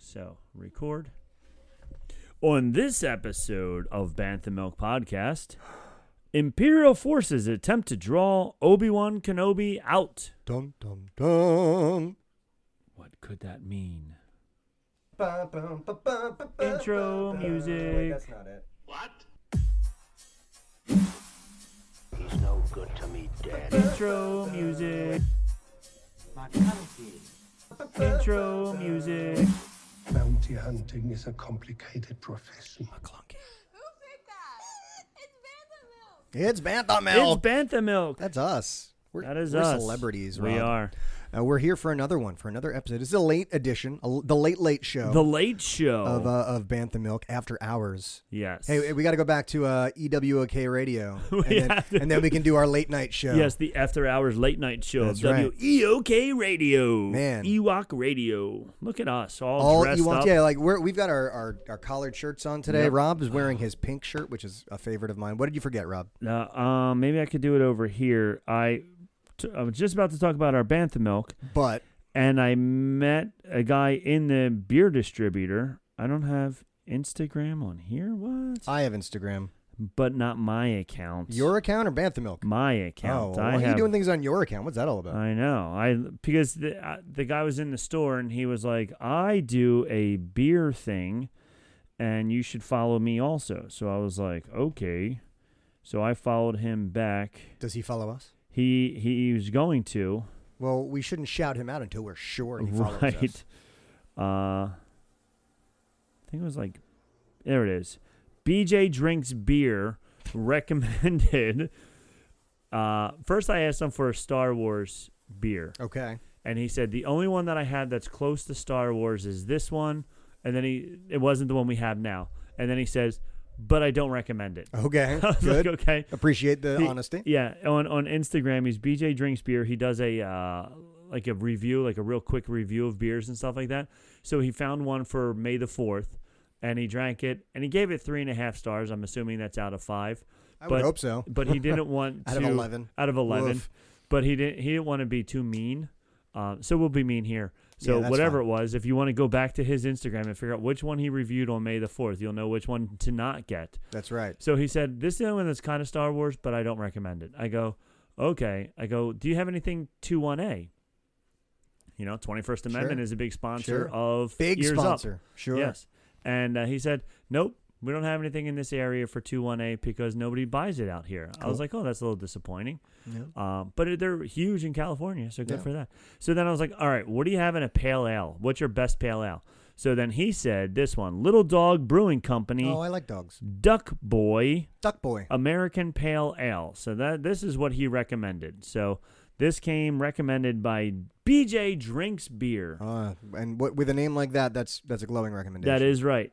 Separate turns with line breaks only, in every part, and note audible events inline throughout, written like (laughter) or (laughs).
So, record. On this episode of Bantha Milk Podcast, Imperial forces attempt to draw Obi Wan Kenobi out.
Dum dum dum.
What could that mean? Intro
Intro
music.
that's not it.
He's no good to me, Dad.
Intro music.
My country.
Intro music.
Bounty hunting is a complicated profession.
Who picked that?
It's
It's Bantha Milk.
Bantha
It's
Milk.
Bantha Milk.
That's us. We're,
That is
we're
us.
celebrities.
We
Rob.
are
Uh, we're here for another one, for another episode. It's a late edition, a, the late late show
the Late Show.
of uh, of Bantha Milk after hours.
yes.
Hey, we got to go back to uh,
(laughs)
EWOK radio, and, then,
have to-
and then we can do our late night show.
Yes, the after hours late night show
Oh. That's
of
right.
WEOK Radio.
Man.
Ewok Radio. Look at us all,
all
dressed
you want,
up.
yeah. Like we're, we've got our, our, our collared shirts on today. Rob is wearing his pink shirt, which is a favorite of mine. What did you forget, Rob?
Uh, um, maybe I could do it over here. I, t- I was just about to talk about our bantha milk,
But
and I met a guy in the beer distributor. I don't have Instagram on here. What?
I have Instagram.
but not my account.
Your account or Bantha Milk?
my account.
Oh,
I
why are
have,
you doing things on your account? What's that all about?
I know. I because the uh, the guy was in the store and he was like, "I do a beer thing, and you should follow me also." So I was like, "Okay." So I followed him back.
Does he follow us?
He he was going to
Well, we shouldn't shout him out until we're sure he follows
(laughs)
us.
right. Uh, I think it was like there it is. BJ drinks beer recommended. (laughs) Uh, first, I asked him for a Star Wars beer.
Okay.
and he said the only one that I had that's close to Star Wars is this one, and then he it wasn't the one we have now, and then he says, but I don't recommend it. (laughs)
Okay.
I was
Good.
like, okay,
Appreciate the
(laughs) He-
honesty.
Yeah, on on Instagram, he's BJ drinks beer. He does a uh, like a review, like a real quick review of beers and stuff like that. So he found one for May the fourth, and he drank it, and he gave it three and a half stars. I'm assuming that's out of five.
I would hope so.
But he didn't
(laughs)
want
Out
to
of 11.
out of eleven.
Woof.
But he didn't he didn't want to be too mean. Um, so we'll be mean here. So
Yeah, that's
whatever
fine.
it was, if you want to go back to his Instagram and figure out which one he reviewed on May the fourth, you'll know which one to not get.
That's right.
So he said, "This is the only one that's kind of Star Wars, but I don't recommend it." I go, "Okay." I go, "Do you have anything two one A?" You know, Twenty First Amendment
Sure.
is a big sponsor
Sure.
of
Big
Ears Up.
sponsor. Sure.
Yes, and uh, he said, "Nope, we don't have anything in this area for two one A because nobody buys it out here." I was
Cool.
like, "Oh, that's a little disappointing."
Yeah.
Um, but it- they're huge in California, so good
Yeah.
for that. So then I was like, all right, what do you have in a pale ale? What's your best pale ale? So then he said, this one, Little Dog Brewing Company,
Oh, I like dogs.
Duck Boy
Duck boy.
Uh, American Pale Ale. So that this is what he recommended. So this came recommended by BJ Drinks Beer.
Uh, and what, with a name like that, that's that's a glowing recommendation.
that is right.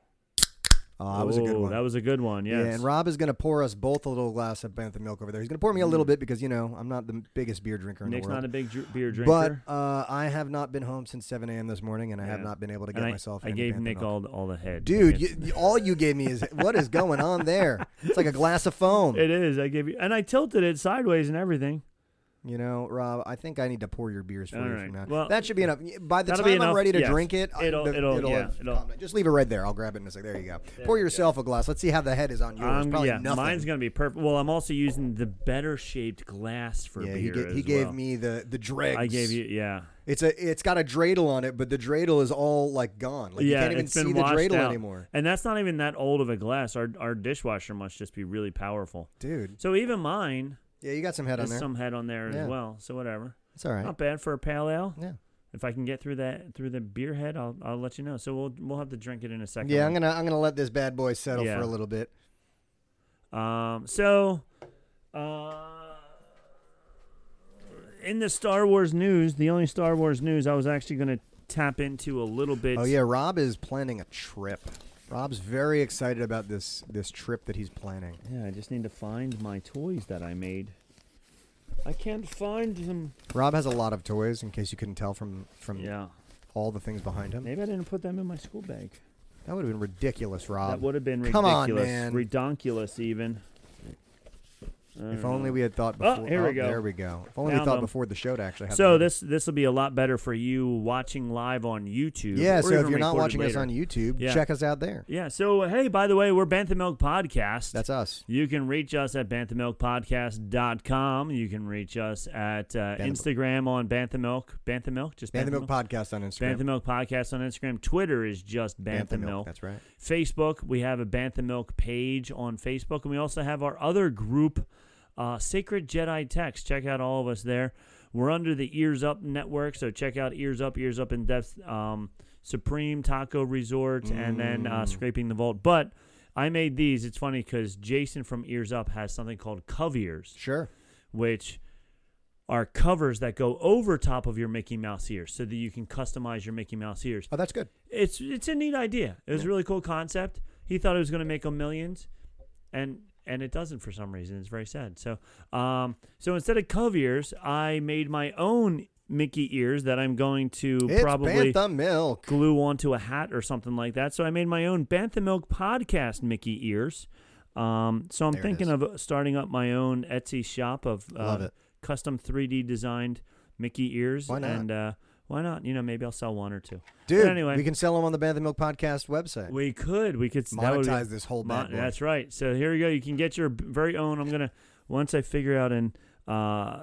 Oh, that was a good
Oh,
one.
That was a good one. Yes.
Yeah, and Rob is going to pour us both a little glass of Bantha milk over there. He's going to pour me a little bit because, you know, I'm not the biggest beer drinker in
Mm. Nick's
the world.
not a big dr- beer drinker.
But uh, I have not been home since 7 a.m. this morning, and I have
Yeah.
not been able to
And
get
I,
myself.
I
any
gave
Bantha
Nick
milk.
all the, all the head.
Dude,
It's-
you, you- all you gave me is what is going on
(laughs)
there? It's like a glass of foam.
it is. I gave you, and I tilted it sideways and everything.
you know, Rob, I think I need to pour your beers for
All
you
right.
from now.
Well,
that should be enough. By the
that'll
time
be
I'm
enough.
ready to
Yes.
drink it, I-
It'll-
the-
it'll- yeah,
have
it'll-
calmed- just leave it right there. I'll grab it in a second. There you go. pour yourself a glass. Let's see how the head is on yours.
Um,
Probably
yeah,
nothing.
mine's gonna be perfect. Well, I'm also using the better shaped glass for
yeah,
beer.
he, ga- he
as
gave
well.
me the the dregs.
I gave you, yeah,
It's a it's got a dreidel on it, but the dreidel is all like gone. Like you
yeah.
can't even
it's
see
been
the
washed
dreidel
out.
anymore,
and that's not even that old of a glass. Our our dishwasher must just be really powerful.
dude.
So even mine
Yeah, you got some head on
has
there.
some head on there
Yeah.
as well. So whatever,
it's all right.
not bad for a pale ale.
Yeah.
If I can get through that through the beer head, I'll I'll let you know. So we'll we'll have to drink it in a second.
Yeah, I'm gonna I'm gonna let this bad boy settle
Yeah.
for a little bit.
Um, so, uh, in the Star Wars news, the only Star Wars news I was actually going to tap into a little bit.
Oh yeah, Rob is planning a trip. Rob's very excited about this this trip that he's planning.
Yeah, I just need to find my toys that I made. I can't find them.
Rob has a lot of toys, in case you couldn't tell from from
Yeah.
all the things behind him.
Maybe I didn't put them in my school bag.
That would have been ridiculous, Rob.
that would have been
Um, come
ridiculous.
on, man.
Redonkulous, even.
If only we had thought before.
Mm-hmm. Oh,
oh,
here we go.
There we go. If only we
Found
thought
them.
before the show to actually have.
So
them.
this this will be a lot better for you watching live on YouTube.
Yeah.
or
So if
even
you're not
recorded
watching us
later.
on YouTube,
Yeah.
check us out there.
yeah. So hey, by the way, we're Bantha Milk Podcast.
That's us.
You can reach us at banthamilkpodcast.com. You can reach us at uh,
Bantam-
Instagram on Banthamilk. Banthamilk, just
Bantha Milk
Banthamilk.
Podcast on Instagram.
Banthamilk Podcast on Instagram. Twitter is just
Bantha
Banthamilk.
Milk, That's right.
Facebook, we have a Banthamilk page on Facebook, and we also have our other group, uh, Sacred Jedi Text. Check out all of us there. We're under the Ears Up Network, so check out Ears Up, Ears Up in Depth, um, Supreme Taco Resort, and then uh, Scraping the Vault. But I made these. It's funny because Jason from Ears Up has something called Cove Ears,
Sure.
which are covers that go over top of your Mickey Mouse ears so that you can customize your Mickey Mouse ears
Oh, that's good.
it's it's a neat idea. It was a really cool concept. He thought it was going to make him millions, and and it doesn't for some reason. It's very sad. So um so instead of Cove ears, I made my own Mickey ears that I'm going to
It's
probably
Bantha Milk.
glue onto a hat or something like that. So I made my own Bantha Milk podcast Mickey ears. Um, so I'm
There it
thinking
is.
of starting up my own Etsy shop of
Love
uh,
it.
custom 3D designed Mickey ears.
Why not?
And uh, why not? You know, maybe I'll sell one or two.
Dude,
but anyway,
we can sell them on the Bantha Milk Podcast website.
we could. We could that would be-
Monetize this whole bad boy.
That's right. So here we go. You can get your b- very own. I'm gonna once I figure out and uh,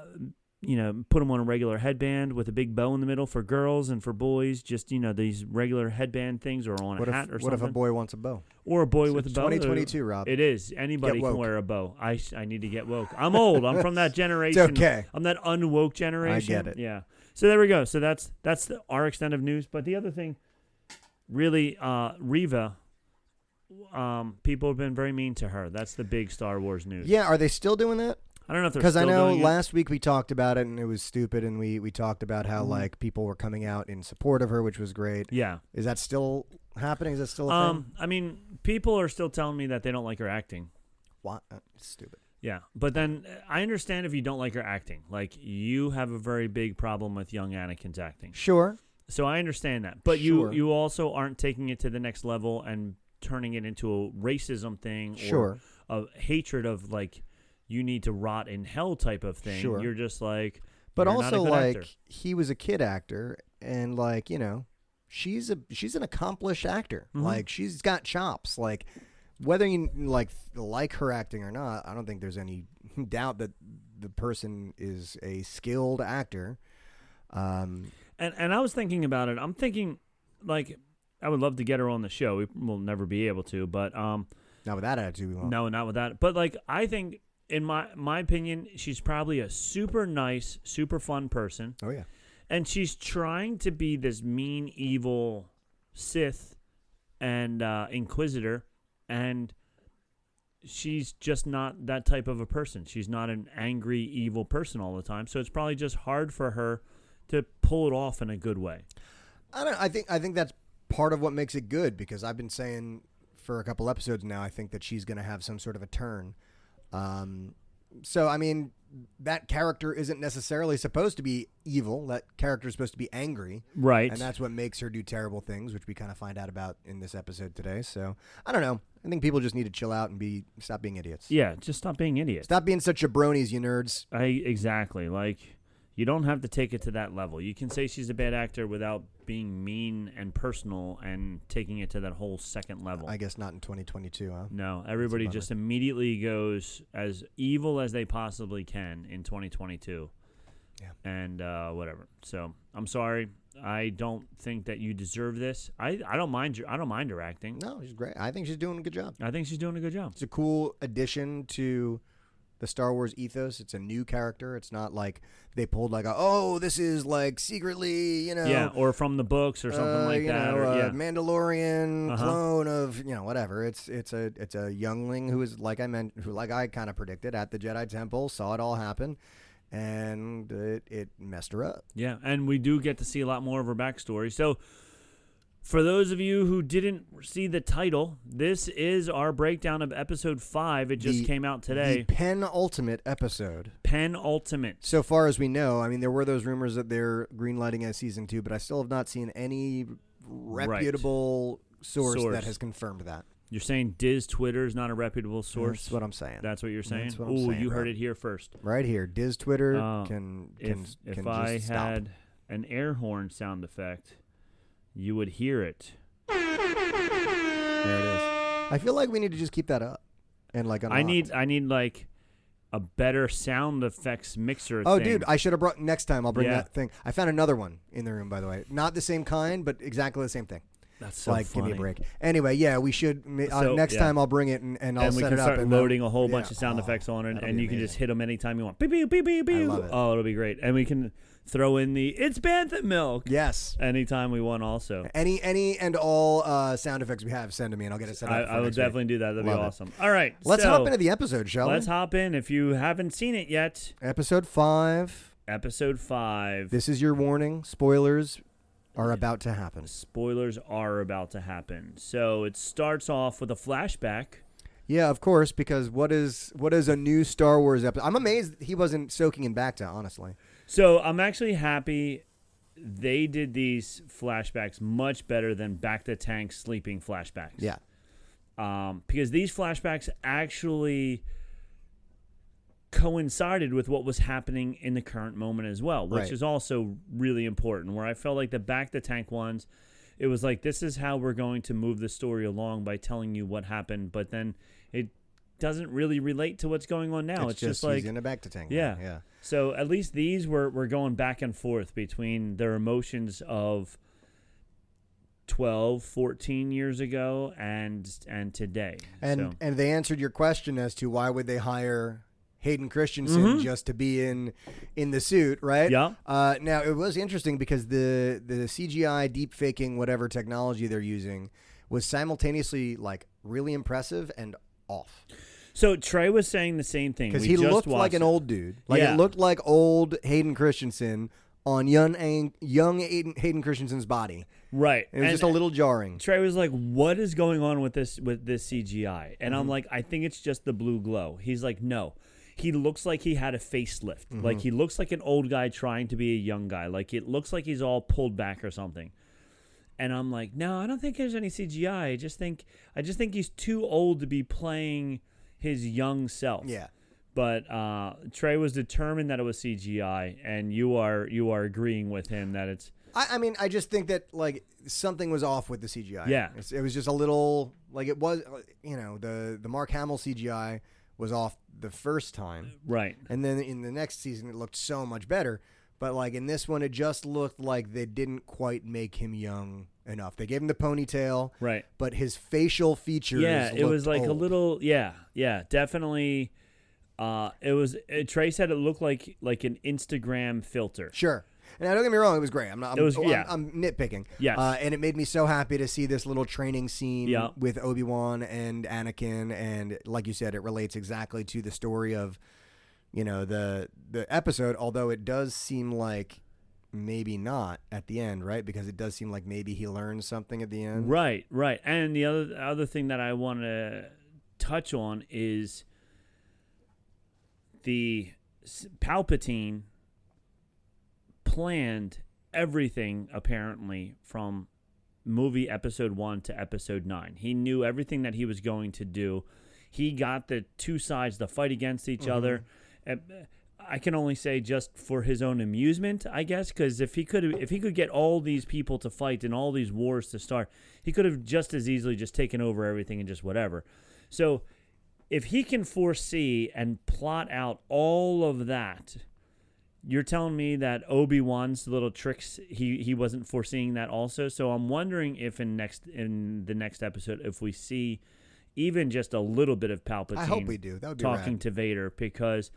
you know put them on a regular headband with a big bow in the middle for girls and for boys. Just you know these regular headband things or on
What
a
if,
hat or
what
something.
if a boy wants a bow?
or a boy
It's
with a bow?
2022, Rob.
It is. Anybody can
woke.
wear a bow. I s- I need to get woke. I'm old. I'm
(laughs)
from that generation.
okay.
I'm that unwoke generation.
it.
Yeah. So there we go. So that's that's the, our extent of news. But the other thing, really, uh, Riva. Um, people have been very mean to her. That's the big Star Wars news.
Yeah, are they still doing that?
I don't know if they're
Because
still
I know
doing it.
last week we talked about it and it was stupid, and we we talked about how
Mm-hmm.
like people were coming out in support of her, which was great.
Yeah.
Is that still happening? Is that still a thing?
Um, I mean, people are still telling me that they don't like her acting.
Why? uh, Stupid.
Yeah, but then uh, I understand if you don't like her acting. Like you have a very big problem with young Anakin's acting.
Sure.
So I understand that, but you
Sure.
you also aren't taking it to the next level and turning it into a racism thing,
Sure.
or a hatred of like you need to rot in hell type of thing.
Sure.
You're just like,
But
you're not a
also
good
like
actor.
he was a kid actor, and like you know, she's a she's an accomplished actor.
Mm-hmm.
Like she's got chops. Like whether you like like her acting or not, I don't think there's any (laughs) doubt that the person is a skilled actor. Um,
and and I was thinking about it. I'm thinking like I would love to get her on the show. We will never be able to, but um,
not with that attitude, we won't.
No, not with that. But like, I think, in my my opinion, she's probably a super nice, super fun person,
Oh yeah.
and she's trying to be this mean, evil Sith and uh, Inquisitor, and she's just not that type of a person. She's not an angry, evil person all the time. So it's probably just hard for her to pull it off in a good way.
I don't. I think. I think that's part of what makes it good because I've been saying for a couple episodes now. I think that she's going to have some sort of a turn. Um, so I mean, that character isn't necessarily supposed to be evil. That character is supposed to be angry,
Right.
and that's what makes her do terrible things, which we kind of find out about in this episode today. So I don't know. I think people just need to chill out and be stop being idiots.
yeah. Just stop being idiots.
Stop being such jabronis, you nerds.
I exactly like you don't have to take it to that level. You can say she's a bad actor without being mean and personal and taking it to that whole second level.
I guess not in 2022, huh?
no, everybody just immediately goes as evil as they possibly can in 2022.
Yeah.
And uh, whatever. So I'm sorry. I don't think that you deserve this. I, I don't mind your I don't mind her acting.
No, she's great. I think she's doing a good job.
I think she's doing a good job.
It's a cool addition to the Star Wars ethos. It's a new character. It's not like they pulled like a oh this is like secretly you know
yeah, or from the books or something
uh,
like
you
that.
know,
or,
a
yeah.
Mandalorian
Uh-huh.
clone of you know whatever. It's it's a it's a youngling who is like I meant who like I kind of predicted at the Jedi Temple saw it all happen. And it, it messed her up.
Yeah, and we do get to see a lot more of her backstory. So, for those of you who didn't see the title, this is our breakdown of episode five. It just
The-
came out
The
today.
penultimate episode.
Pen Ultimate.
So far as we know, I mean, there were those rumors that they're greenlighting a season two, but I still have not seen any reputable source,
Source.
that has confirmed that.
You're saying Diz Twitter is not a reputable source.
That's what I'm saying.
That's what you're saying.
That's what I'm
Ooh,
saying,
you
bro.
heard it here first.
right here. Diz Twitter
Uh,
can
If
can
if
can
I
just
had
stop.
an air horn sound effect, you would hear it.
There it is. I feel like we need to just keep that up and like
I
unlocked.
need I need like a better sound effects mixer.
Oh,
thing.
dude, I should have brought next time. I'll bring
Yeah.
that thing. I found another one in the room, by the way. Not the same kind, but exactly the same thing.
that's so
like,
funny.
give me a break. Anyway, yeah, we should. ma- Uh,
So,
next
yeah.
time, I'll bring it and, and I'll
and we
set
can
it
start
up. and
loading
then-
a whole
yeah.
bunch of sound
Oh,
effects on it,
that'll
and
be
you can just
amazing.
hit them anytime you want. Beep beep beep beep beep.
love it.
Oh, it'll be great, and we can throw in the it's bantha milk
Yes.
anytime we want. Also,
Any any and all uh, sound effects we have, send to me, and I'll get it set up.
I,
for
I will
next week.
definitely do that. That'd
Love
be
it.
awesome. All right,
Let's
so
hop into the episode, shall
let's
we?
hop in. If you haven't seen it yet,
episode five.
episode five.
This is your warning. Spoilers are about to happen.
spoilers are about to happen. So it starts off with a flashback.
Yeah, of course, because what is what is a new Star Wars episode? I'm amazed he wasn't soaking in back to honestly.
So I'm actually happy they did these flashbacks much better than back to tank sleeping flashbacks.
Yeah.
um, because these flashbacks actually coincided with what was happening in the current moment as well, which
Right.
is also really important. Where I felt like the back the tank ones, it was like this is how we're going to move the story along by telling you what happened, but then it doesn't really relate to what's going on now. It's, just, like
he's in a back to tank.
yeah.
yeah.
So at least these were, were going back and forth between their emotions of 12, 14 years ago and and today.
And
so,
and they answered your question as to why would they hire Hayden Christensen just to be in in the suit, right?
Mm-hmm. Yeah.
Uh, now it was interesting because the the CGI deep faking whatever technology they're using was simultaneously like really impressive and off
so Trey was saying the same thing. We
because he
just
looked like
watched
an
it.
old dude. Like
Yeah.
it looked like old Hayden Christensen on young Ang- young Hayden, Hayden Christensen's body.
right.
It was
and
just a little jarring.
Trey was like, "What is going on with this with this CGI?" And I'm like, "I think it's just the blue glow." He's like, "No." He looks like he had a facelift. Like he looks like an old guy trying to be a young guy. Like it looks like he's all pulled back or something. and I'm like, no, I don't think there's any CGI. I just think I just think he's too old to be playing his young self.
Yeah.
But uh, Trey was determined that it was CGI, and you are you are agreeing with him that it's
I, I mean, I just think that like something was off with the CGI.
Yeah.
It's- it was just a little like it was. You know, the the Mark Hamill CGI was off the first time,
right.
and then in the next season it looked so much better. But like in this one, it just looked like they didn't quite make him young enough. They gave him the ponytail,
Right.
But his facial features,
Yeah, it was
looked
like a
old.
little yeah, yeah, definitely uh it was uh Trey said it looked like like an Instagram filter.
Sure. And now, don't get me wrong, it was great. I'm not. I'm,
It was-
oh, I'm-
yeah.
I'm, nitpicking.
Yes.
Uh, and it made me so happy to see this little training scene
Yeah.
with Obi Wan and Anakin, and like you said, it relates exactly to the story of, you know, the the episode. Although it does seem like maybe not at the end, right? Because it does seem like maybe he learns something at the end.
Right, right. And the other other thing that I want to touch on is the s- Palpatine planned everything apparently from movie episode 1 to episode 9. He knew everything that he was going to do. He got the two sides to fight against each other. And, uh, I can only say just for his own amusement, I guess, because if he could, if he could get all these people to fight and all these wars to start, he could have just as easily just taken over everything and just whatever. So, if he can foresee and plot out all of that, you're telling me that Obi Wan's little tricks he he wasn't foreseeing that also. So I'm wondering if in next in the next episode if we see even just a little bit of Palpatine.
I hope we do. That would be
talking
rad.
to Vader because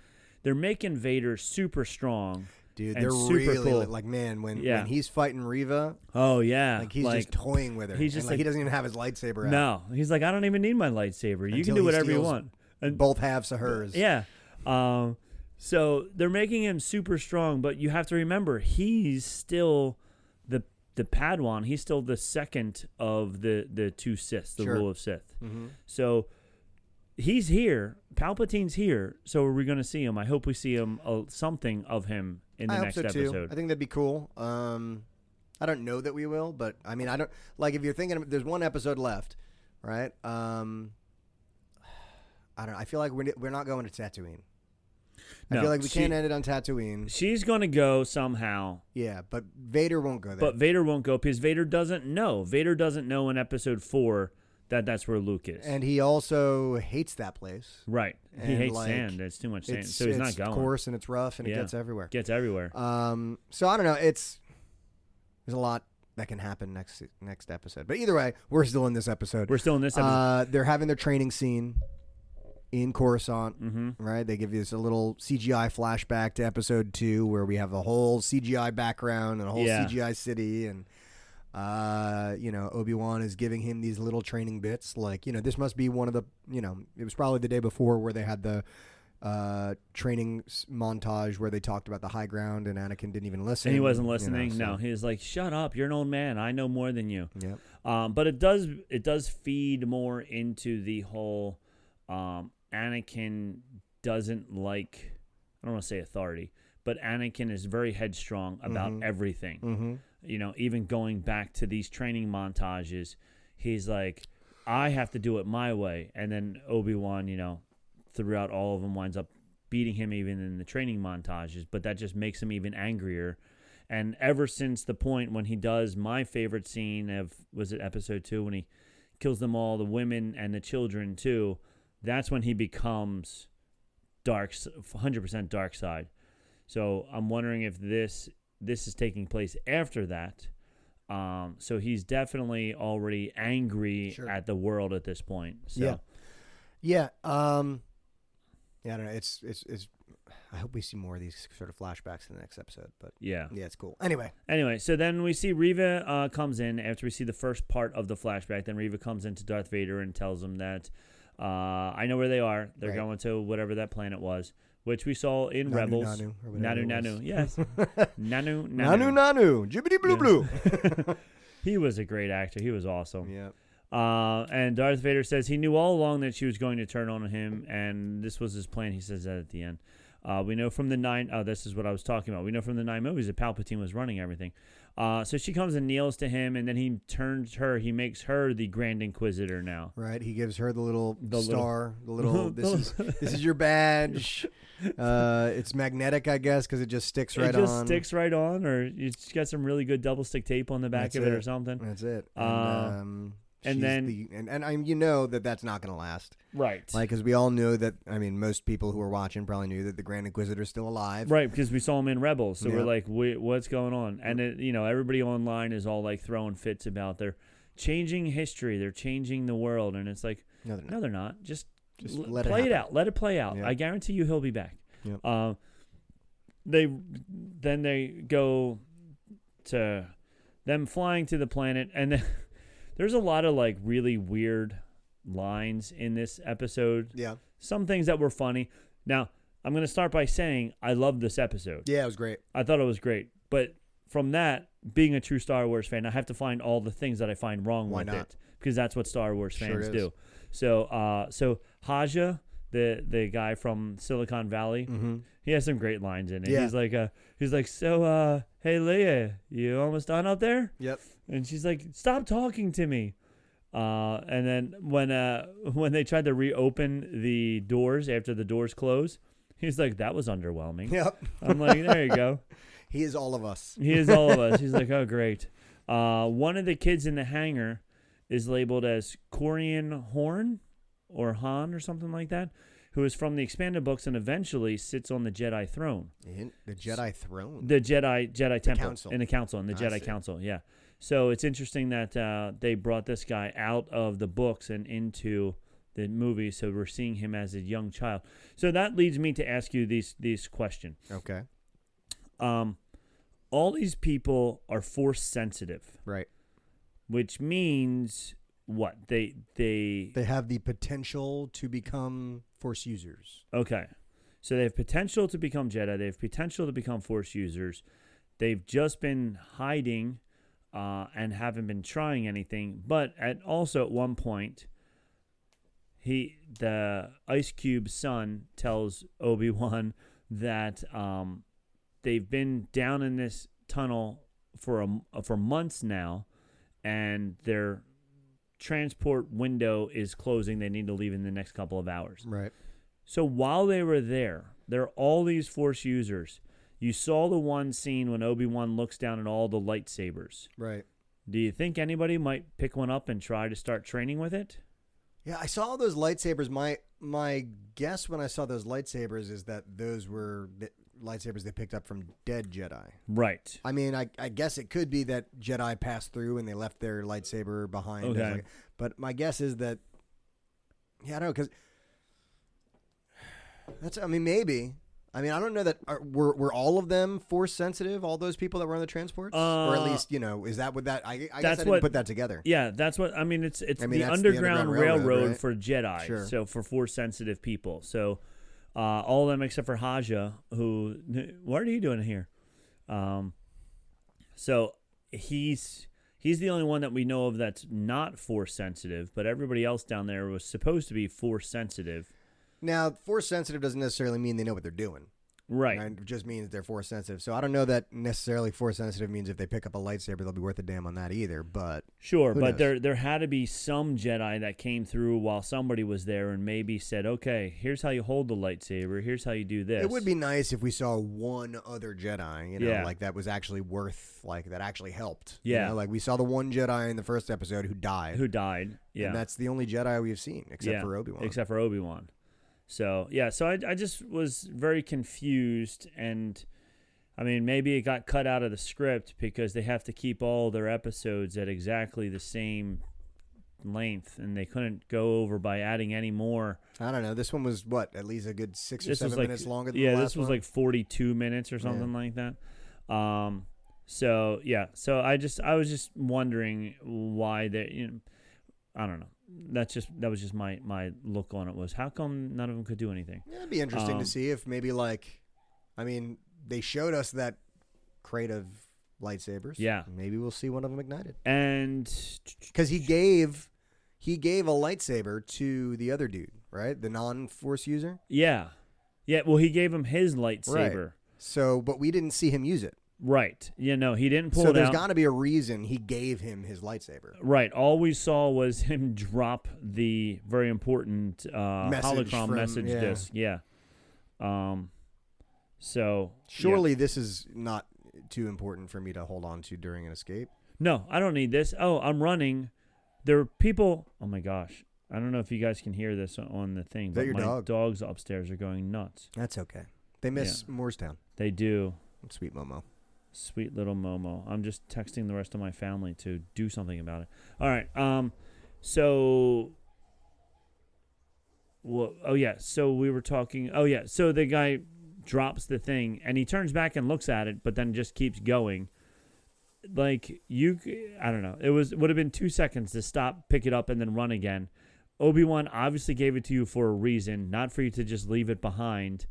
they're making Vader super strong.
Dude,
and
they're
super
really
cool.
like man when,
Yeah.
when he's fighting Riva,
oh yeah,
like he's just toying with her.
he's
And,
just
like, he
like-
doesn't even have his lightsaber out.
no, he's like I don't even need my lightsaber. You
Until
can
he
do whatever you
steals
want. And
Both halves of hers.
Yeah. Um, so they're making him super strong, but you have to remember he's still the the Padawan. He's still the second of the the two Siths, the
Sure. Mm-hmm.
rule of Sith. So he's here. Palpatine's here. So are we going to see him? I hope we see him uh, something of him in the
I
next
hope so
episode.
Too. I think that'd be cool. Um, I don't know that we will, but I mean, I don't like if you're thinking there's one episode left, right? Um, I don't. know. I feel like we're we're not going to Tatooine. I
No,
feel like we
she-
can't end it on Tatooine.
She's gonna go somehow,
Yeah, but Vader won't go there.
but Vader won't go because Vader doesn't know. Vader doesn't know in Episode Four that that's where Luke is.
and he also hates that place.
right, he
and,
hates
like,
sand. It's too much sand,
It's,
so he's
it's
not going.
coarse and it's rough and
Yeah.
it gets everywhere.
Gets everywhere.
Um, so I don't know. It's there's a lot that can happen next next episode. But either way, we're still in this episode.
We're still in this episode.
Uh, they're having their training scene in Coruscant,
mm-hmm.
right? They give you this a little CGI flashback to episode two, where we have a whole CGI background and a whole
Yeah.
CGI city, and uh, you know, Obi Wan is giving him these little training bits, like you know, this must be one of the, you know, it was probably the day before where they had the uh training s- montage where they talked about the high ground and Anakin didn't even listen.
And he wasn't
you know,
listening.
so-
No, he was like, "Shut up! You're an old man. I know more than you."
Yep.
Um, but it does it does feed more into the whole um, Anakin doesn't like I don't want to say authority, but Anakin is very headstrong about everything.
Mm-hmm.
You know, even going back to these training montages, he's like, "I have to do it my way," and then Obi Wan, you know, throughout all of them, winds up beating him even in the training montages. But that just makes him even angrier. And ever since the point when he does my favorite scene of was it episode two when he kills them all, the women and the children too, that's when he becomes dark, hundred percent dark side. So I'm wondering if this this is taking place after that. Um, so he's definitely already angry
Sure.
at the world at this point. So
Yeah. Yeah. Um, yeah, I don't know. It's, it's, it's, I hope we see more of these sort of flashbacks in the next episode, but
yeah.
yeah, it's cool. Anyway,
Anyway, so then we see Riva uh, comes in after we see the first part of the flashback. Then Riva comes into Darth Vader and tells him that uh, I know where they are. They're
Right.
going to whatever that planet was, which we saw in
Nanu
Rebels.
Nanu, or whatever
Nanu,
it was.
Nanu,
(laughs)
yes, Nanu, Nanu,
Nanu Nanu, Jibbity Blue
(laughs)
Blue.
He was a great actor. He was awesome.
yeah.
Uh, and Darth Vader says he knew all along that she was going to turn on him, and this was his plan. He says that at the end. Uh, we know from the nine oh, this is what I was talking about. We know from the nine movies that Palpatine was running everything. Uh, so she comes and kneels to him, and then he turns her. He makes her the Grand Inquisitor now.
Right. He gives her the little
The little-
star,
(laughs)
the little, this is, this is your badge. Uh, it's magnetic, I guess, because it just sticks right
it just
on.
sticks right on, or you just got some really good double stick tape on the back
That's
of it, or
it.
something.
That's it. And,
Uh,
um,
and
she's
then-
the, and, and I'm, you know that that's not going to last.
Right.
Like, because we all know that, I mean, most people who are watching probably knew that the Grand Inquisitor's still alive.
Right, because we saw him in Rebels, so
Yeah.
we're like, Wait, what's going on? And it, you know, everybody online is all like throwing fits about they're changing history, they're changing the world, and it's like,
No, they're not.
no, they're not. Just,
Just
l-
let it
play it,
happen.
out. Let it play out.
Yeah.
I guarantee you, he'll be back.
Yeah.
Uh, they then they go to them flying to the planet, and (laughs) then, there's a lot of like really weird lines in this episode.
Yeah.
Some things that were funny. Now, I'm gonna start by saying I love this episode.
Yeah, it was great.
I thought it was great. But from that, being a true Star Wars fan, I have to find all the things that I find wrong
Why
with
not?
it because that's what Star Wars
Sure
fans
is.
do. So, uh, so Haja, the the guy from Silicon Valley, he has some great lines in it.
Mm-hmm. Yeah.
He's like, uh, he's like, so, uh, hey Leia, you almost done out there?
Yep.
And she's like, "Stop talking to me." Uh, and then when uh, (laughs) when they tried to reopen the doors after the doors close, he's like, "That was underwhelming."
Yep.
I'm like, "There you go."
He is all of us.
He is all of us. He's like, "Oh, great." Uh, one of the kids in the hangar is labeled as Corian Horn or Han or something like that, who is from the expanded books and eventually sits on the Jedi throne.
In the Jedi throne.
The Jedi Jedi Temple
council.
in the council in the
I
Jedi
see.
Council, yeah. So it's interesting that uh, they brought this guy out of the books and into the movie. So we're seeing him as a young child. So that leads me to ask you these these question.
okay.
Um, all these people are force sensitive,
Right.
which means what they they
They have the potential to become force users.
Okay. So they have potential to become Jedi. They have potential to become Force users. They've just been hiding uh, and haven't been trying anything. But at also at one point, he the Ice Cube's son tells Obi Wan (laughs) that um, they've been down in this tunnel for a, for months now, and they're transport window is closing. They need to leave in the next couple of hours.
Right.
So while they were there, there are all these Force users. You saw the one scene when Obi Wan looks down at all the lightsabers.
Right.
Do you think anybody might pick one up and try to start training with it?
Yeah, I saw those lightsabers. My my guess when I saw those lightsabers is that those were the lightsabers they picked up from dead Jedi.
Right.
I mean, I, I guess it could be that Jedi passed through and they left their lightsaber behind. as
Okay.
like- but my guess is that, yeah, I don't know, because that's, I mean, maybe. I mean, I don't know that, are, were, were all of them force sensitive, all those people that were on the transports? or at
Uh,
least, you know, is that what that, I, I guess I
that's
didn't
what-
put that together.
Yeah, that's what I mean. It's it's
I mean,
the,
that's the
underground
Underground
Railroad,
Railroad, right?
for Jedi,
Sure.
so for force sensitive people. So uh, all of them except for Haja, who what are you doing here? Um, so he's he's the only one that we know of that's not force sensitive, but everybody else down there was supposed to be force sensitive,
Now, force sensitive doesn't necessarily mean they know what they're doing.
right?
Right. It just means they're force sensitive. So I don't know that necessarily force sensitive means if they pick up a lightsaber, they'll be worth a damn on that either. But
Sure,
Who
but
knows?
there there had to be some Jedi that came through while somebody was there and maybe said, "Okay, here's how you hold the lightsaber. Here's how you do this."
It would be nice if we saw one other Jedi, you know,
Yeah.
like that was actually worth, like that actually helped.
Yeah.
you know? like we saw the one Jedi in the first episode who died,
who died. Yeah,
and that's the only Jedi we've seen except
Yeah,
for Obi Wan.
Except for Obi Wan. So yeah, so I I just was very confused, and I mean maybe it got cut out of the script because they have to keep all their episodes at exactly the same length, and they couldn't go over by adding any more.
I don't know. This one was what at least a good six or
this was
seven
like
minutes longer. than
yeah,
the last
this was
one?
like forty two minutes or something like that. Um, so yeah, so I just I was just wondering why they. You know, I don't know. That's just that was just my my look on it was how come none of them could do anything.
Yeah, it'd be interesting
um,
to see if maybe like, I mean, they showed us that crate of lightsabers.
Yeah.
maybe we'll see one of them ignited
And
because he gave he gave a lightsaber to the other dude, right? The non force user.
yeah, yeah. Well, he gave him his lightsaber.
So, but we didn't see him use it.
Right. You know, he didn't pull
so
it
there's
out.
got to be a reason he gave him his lightsaber.
Right. All we saw was (laughs) him drop the very important uh,
Message
holocron
from-
message
yeah.
disc. Yeah. Um. So yeah.
Surely this is not too important for me to hold on to during an escape.
no, I don't need this. Oh, I'm running. There are people. Oh my gosh. I don't know if you guys can hear this on the thing,
that
but
your
my
dog?
dogs upstairs are going nuts.
That's okay. They miss Moorestown.
They do.
Sweet Momo.
Sweet little Momo. I'm just texting the rest of my family to do something about it. All right. Um so well, oh yeah. So we were talking. Oh yeah. So the guy drops the thing and he turns back and looks at it but then just keeps going. Like you c- I don't know. It was would have been 2 seconds to stop, pick it up and then run again. Obi-Wan obviously gave it to you for a reason, not for you to just leave it behind.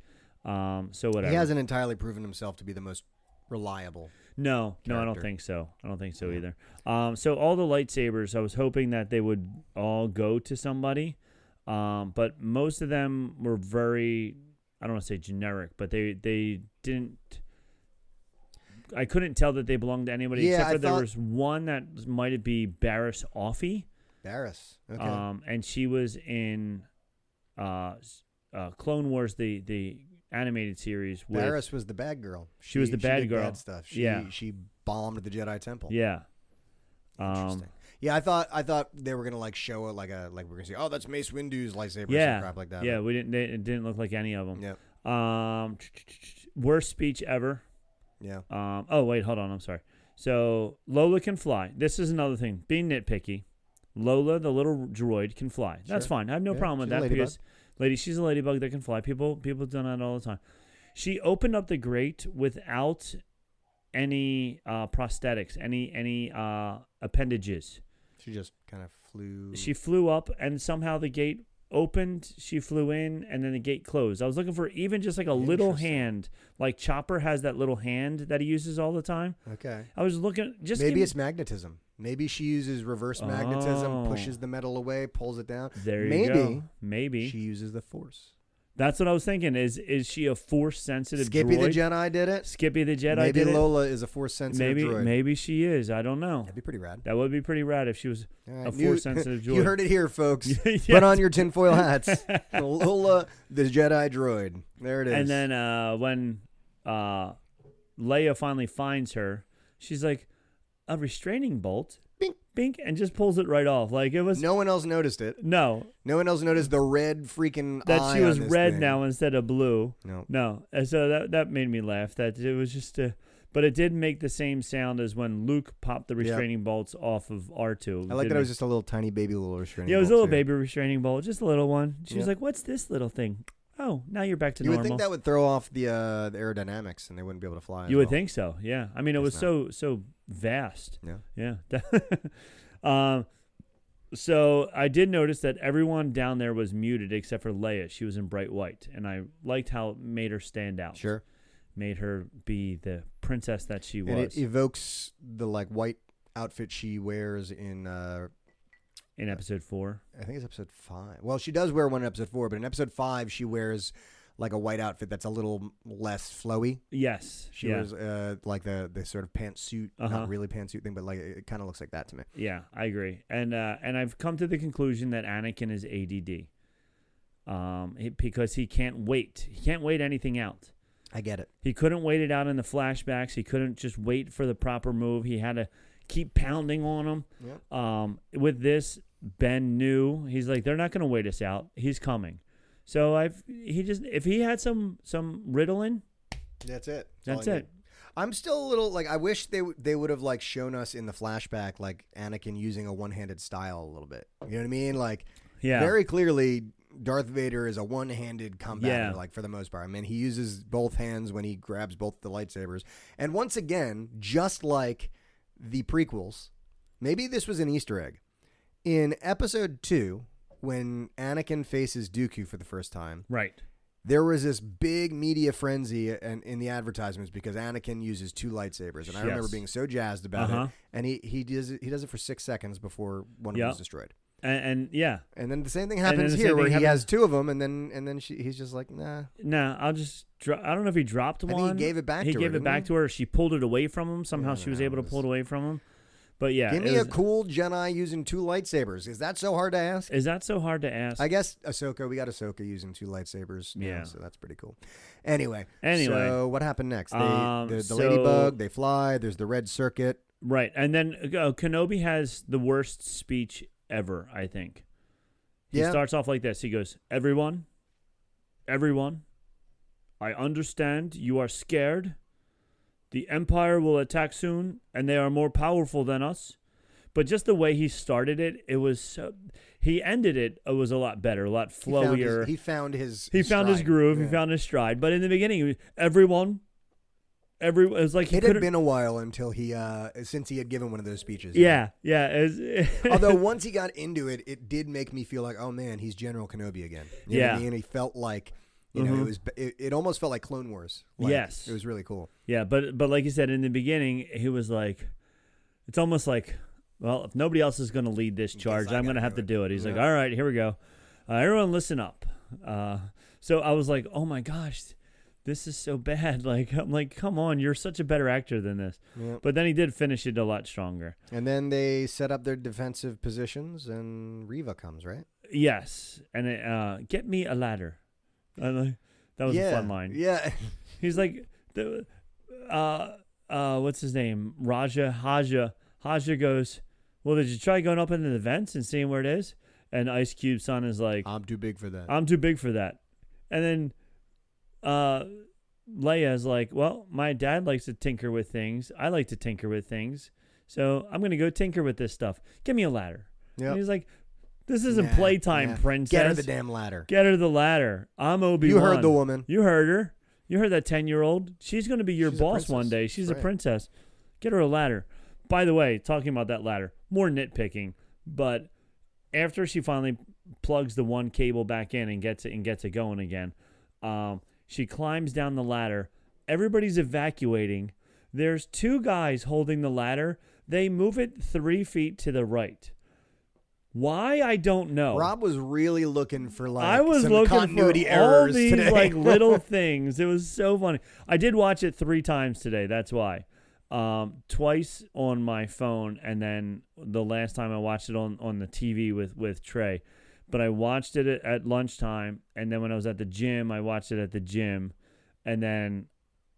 Um so whatever.
He hasn't entirely proven himself to be the most reliable.
No, no, I don't
character.
think so. I don't think so
Yeah.
either. Um, so all the lightsabers, I was hoping that they would all go to somebody, um, but most of them were very, I don't want to say generic, but they they didn't. I couldn't tell that they belonged to anybody
Yeah,
except
I
for there
thought-
was one that might be Barris Offee,
Barris. Okay.
um, and she was in uh, s- uh, Clone Wars, the the animated series. With,
Barris was the bad girl. She,
was the bad
did
girl.
Bad stuff. She,
Yeah.
She bombed the Jedi Temple.
yeah. Um,
Interesting. yeah, I thought I thought they were gonna like show it like a like we're gonna say oh that's Mace Windu's lightsaber or
yeah,
some crap like that.
Yeah, we didn't. They, it didn't look like any of them.
Yep.
Um, worst speech ever.
Yeah.
Um, oh wait, hold on. I'm sorry. So Lola can fly. This is another thing. Being nitpicky, Lola, the little droid, can fly. That's
Sure.
fine. I have no
Yeah,
problem with
she's a
that
ladybug.
because lady, she's a ladybug that can fly. People, people do that all the time. She opened up the grate without any uh, prosthetics, any any uh, appendages.
She just kind of flew.
She flew up and somehow the gate opened. She flew in and then the gate closed. I was looking for even just like a little
Interesting.
hand, like Chopper has that little hand that he uses all the time.
okay.
I was looking just
Maybe
give me-
it's magnetism. Maybe she uses reverse magnetism,
Oh.
pushes the metal away, pulls it down.
there you
Maybe
go. Maybe
she uses the force.
That's what I was thinking. Is is she a force sensitive?
Skippy the
droid?
Jedi did it.
Skippy the Jedi.
maybe
did it?
Lola is a force sensitive
Maybe
droid.
maybe she is. I don't know.
That'd be pretty rad.
That would be pretty rad if she was
All right,
a
you-
force sensitive droid.
(laughs) You heard it
(laughs)
here, folks.
Yes.
Put on your tinfoil
(laughs)
hats. Lola, the Jedi droid. There it is.
And then uh, when uh, Leia finally finds her, she's like, a restraining bolt?
Bink.
Bink, and just pulls it right off. Like it was. No.
no one else noticed it. No one else noticed the red freaking
that
eye
she was
on this
red
thing.
now instead of blue.
No.
No. And so that, that made me laugh. That it was just a. But it did make the same sound as when Luke popped the restraining bolts off of R2.
I like
Did
that. It
make-
was just a little tiny baby little restraining.
Yeah, it was a
bolt,
little
too.
baby restraining bolt, just a little one. She was
Yep.
like, "What's this little thing?" Oh, now you're back to
You would
normal.
think that would throw off the uh, the aerodynamics, and they wouldn't be able to fly. as
you would
well.
think so. Yeah. I mean, it was
Guess
so so vast.
Yeah.
Yeah. (laughs) um, so I did notice that everyone down there was muted except for Leia. She was in bright white, and I liked how it made her stand out.
Sure.
Made her be the princess that she
And it
was
evokes the like white outfit she wears in. Uh,
in episode four.
I think it's episode five. Well, she does wear one in episode four, but in episode five she wears like a white outfit that's a little less flowy.
Yes.
She
yeah.
wears uh, like the the sort of pantsuit,
Uh-huh.
not really pantsuit thing, but like it, kind of looks like that to me.
Yeah, I agree, and uh, and I've come to the conclusion that Anakin is ADD, um, he- because he can't wait. He can't wait anything out.
I get it.
He couldn't wait it out in the flashbacks. He couldn't just wait for the proper move. He had to keep pounding on him.
Yep.
Um, with this, Ben knew he's like they're not going to wait us out. He's coming. So I've he just if he had some some Ritalin,
That's it. all
that's
I
it.
need. I'm still a little like I wish they w- they would have like shown us in the flashback like Anakin using a one handed style a little bit. You know what I mean? Like
Yeah,
very clearly, Darth Vader is a one handed combatter.
Yeah.
Like for the most part, I mean he uses both hands when he grabs both the lightsabers. And once again, just like the prequels, maybe this was an Easter egg in Episode Two when Anakin faces Dooku for the first time
right.
there was this big media frenzy and in the advertisements because Anakin uses two lightsabers, and I remember
Yes.
being so jazzed about
Uh-huh.
it. And he he does it, he does it for six seconds before one
Yeah.
of them is destroyed,
And, and yeah,
and then the same thing
then
happens
the same
here
thing
where he
happens-
has two of them, and then and then she, he's just like, nah,
Nah, I'll just. Dro- I don't know if he dropped
think
one.
he gave it back
He
to her,
gave it
didn't
back
he?
to her. She pulled it away from him. Somehow
Yeah,
she was
no,
able to
it
pull it
was-
away from him. But yeah,
give
it
me a
was-
cool Jedi using two lightsabers. Is that so hard to ask?
Is that so hard to ask?
I guess Ahsoka, we got Ahsoka using two lightsabers. now,
Yeah.
so that's pretty cool. Anyway,
Anyway.
so what happened next? They,
Um,
the the
so-
ladybug, they fly. There's the red circuit.
right, and then uh, Kenobi has the worst speech ever. I think. He
Yeah.
starts off like this. He goes, "Everyone, everyone, I understand you are scared. The Empire will attack soon, and they are more powerful than us." But just the way he started it, it was so. He ended it. It was a lot better, a lot
He found his-
flowier.
He found his.
He found his
stride.
groove.
Yeah.
He found his stride. But in the beginning, he was- everyone, every it was like he
It had
couldn't.
been a while until he, uh, since he had given one of those speeches.
yeah, (laughs) yeah. it was-
Although once he got into it, it did make me feel like, oh man, he's General Kenobi again. You know what I
Yeah. Mm-hmm.
mean? He felt like, you know, it was, it, it almost felt like Clone Wars. Like,
Yes.
It was really cool.
yeah, but but like you said in the beginning, he was like, it's almost like, well, if nobody else is going to lead this charge,
I
I'm going to
gotta
have
do
to
it.
do it. He's like,
Yeah.
all right, here we go. Uh, everyone, listen up. Uh, so I was like, oh my gosh, this is so bad. (laughs) Like I'm like, come on, you're such a better actor than this.
Yeah.
But then he did finish it a lot stronger.
And then they set up their defensive positions, and Riva comes, right?
Yes, and it, uh, get me a ladder. And I- that was
yeah.
a fun line. (laughs)
Yeah.
He's like, the, uh, uh, what's his name? Raja Haja. Haja goes, well, did you try going up into the vents and seeing where it is? And Ice Cube's son is like,
I'm too big for that.
I'm too big for that. And then uh, Leia's like, well, my dad likes to tinker with things. I like to tinker with things. So I'm going to go tinker with this stuff. Give me a ladder.
Yep.
And he's like, this isn't
Nah,
playtime,
nah.
princess.
Get her the damn ladder.
Get her the ladder. I'm Obi
You heard the woman.
You heard her. You heard that 10 year old. She's going to be your
She's a
boss one
princess.
day. She's a
Right.
princess. Get her a ladder. By the way, talking about that ladder, more nitpicking, but after she finally plugs the one cable back in and gets it and gets it going again, um, she climbs down the ladder. Everybody's evacuating. There's two guys holding the ladder. They move it three feet to the right. Why I don't know.
Rob was really looking for like
Oh. I was
some
looking
continuity
for all
errors
these
today.
like
(laughs)
little things. It was so funny. I did watch it three times today. That's why, um, twice on my phone, and then the last time I watched it on on the TV with with Trey. But I watched it at- at lunchtime, and then when I was at the gym, I watched it at the gym, and then.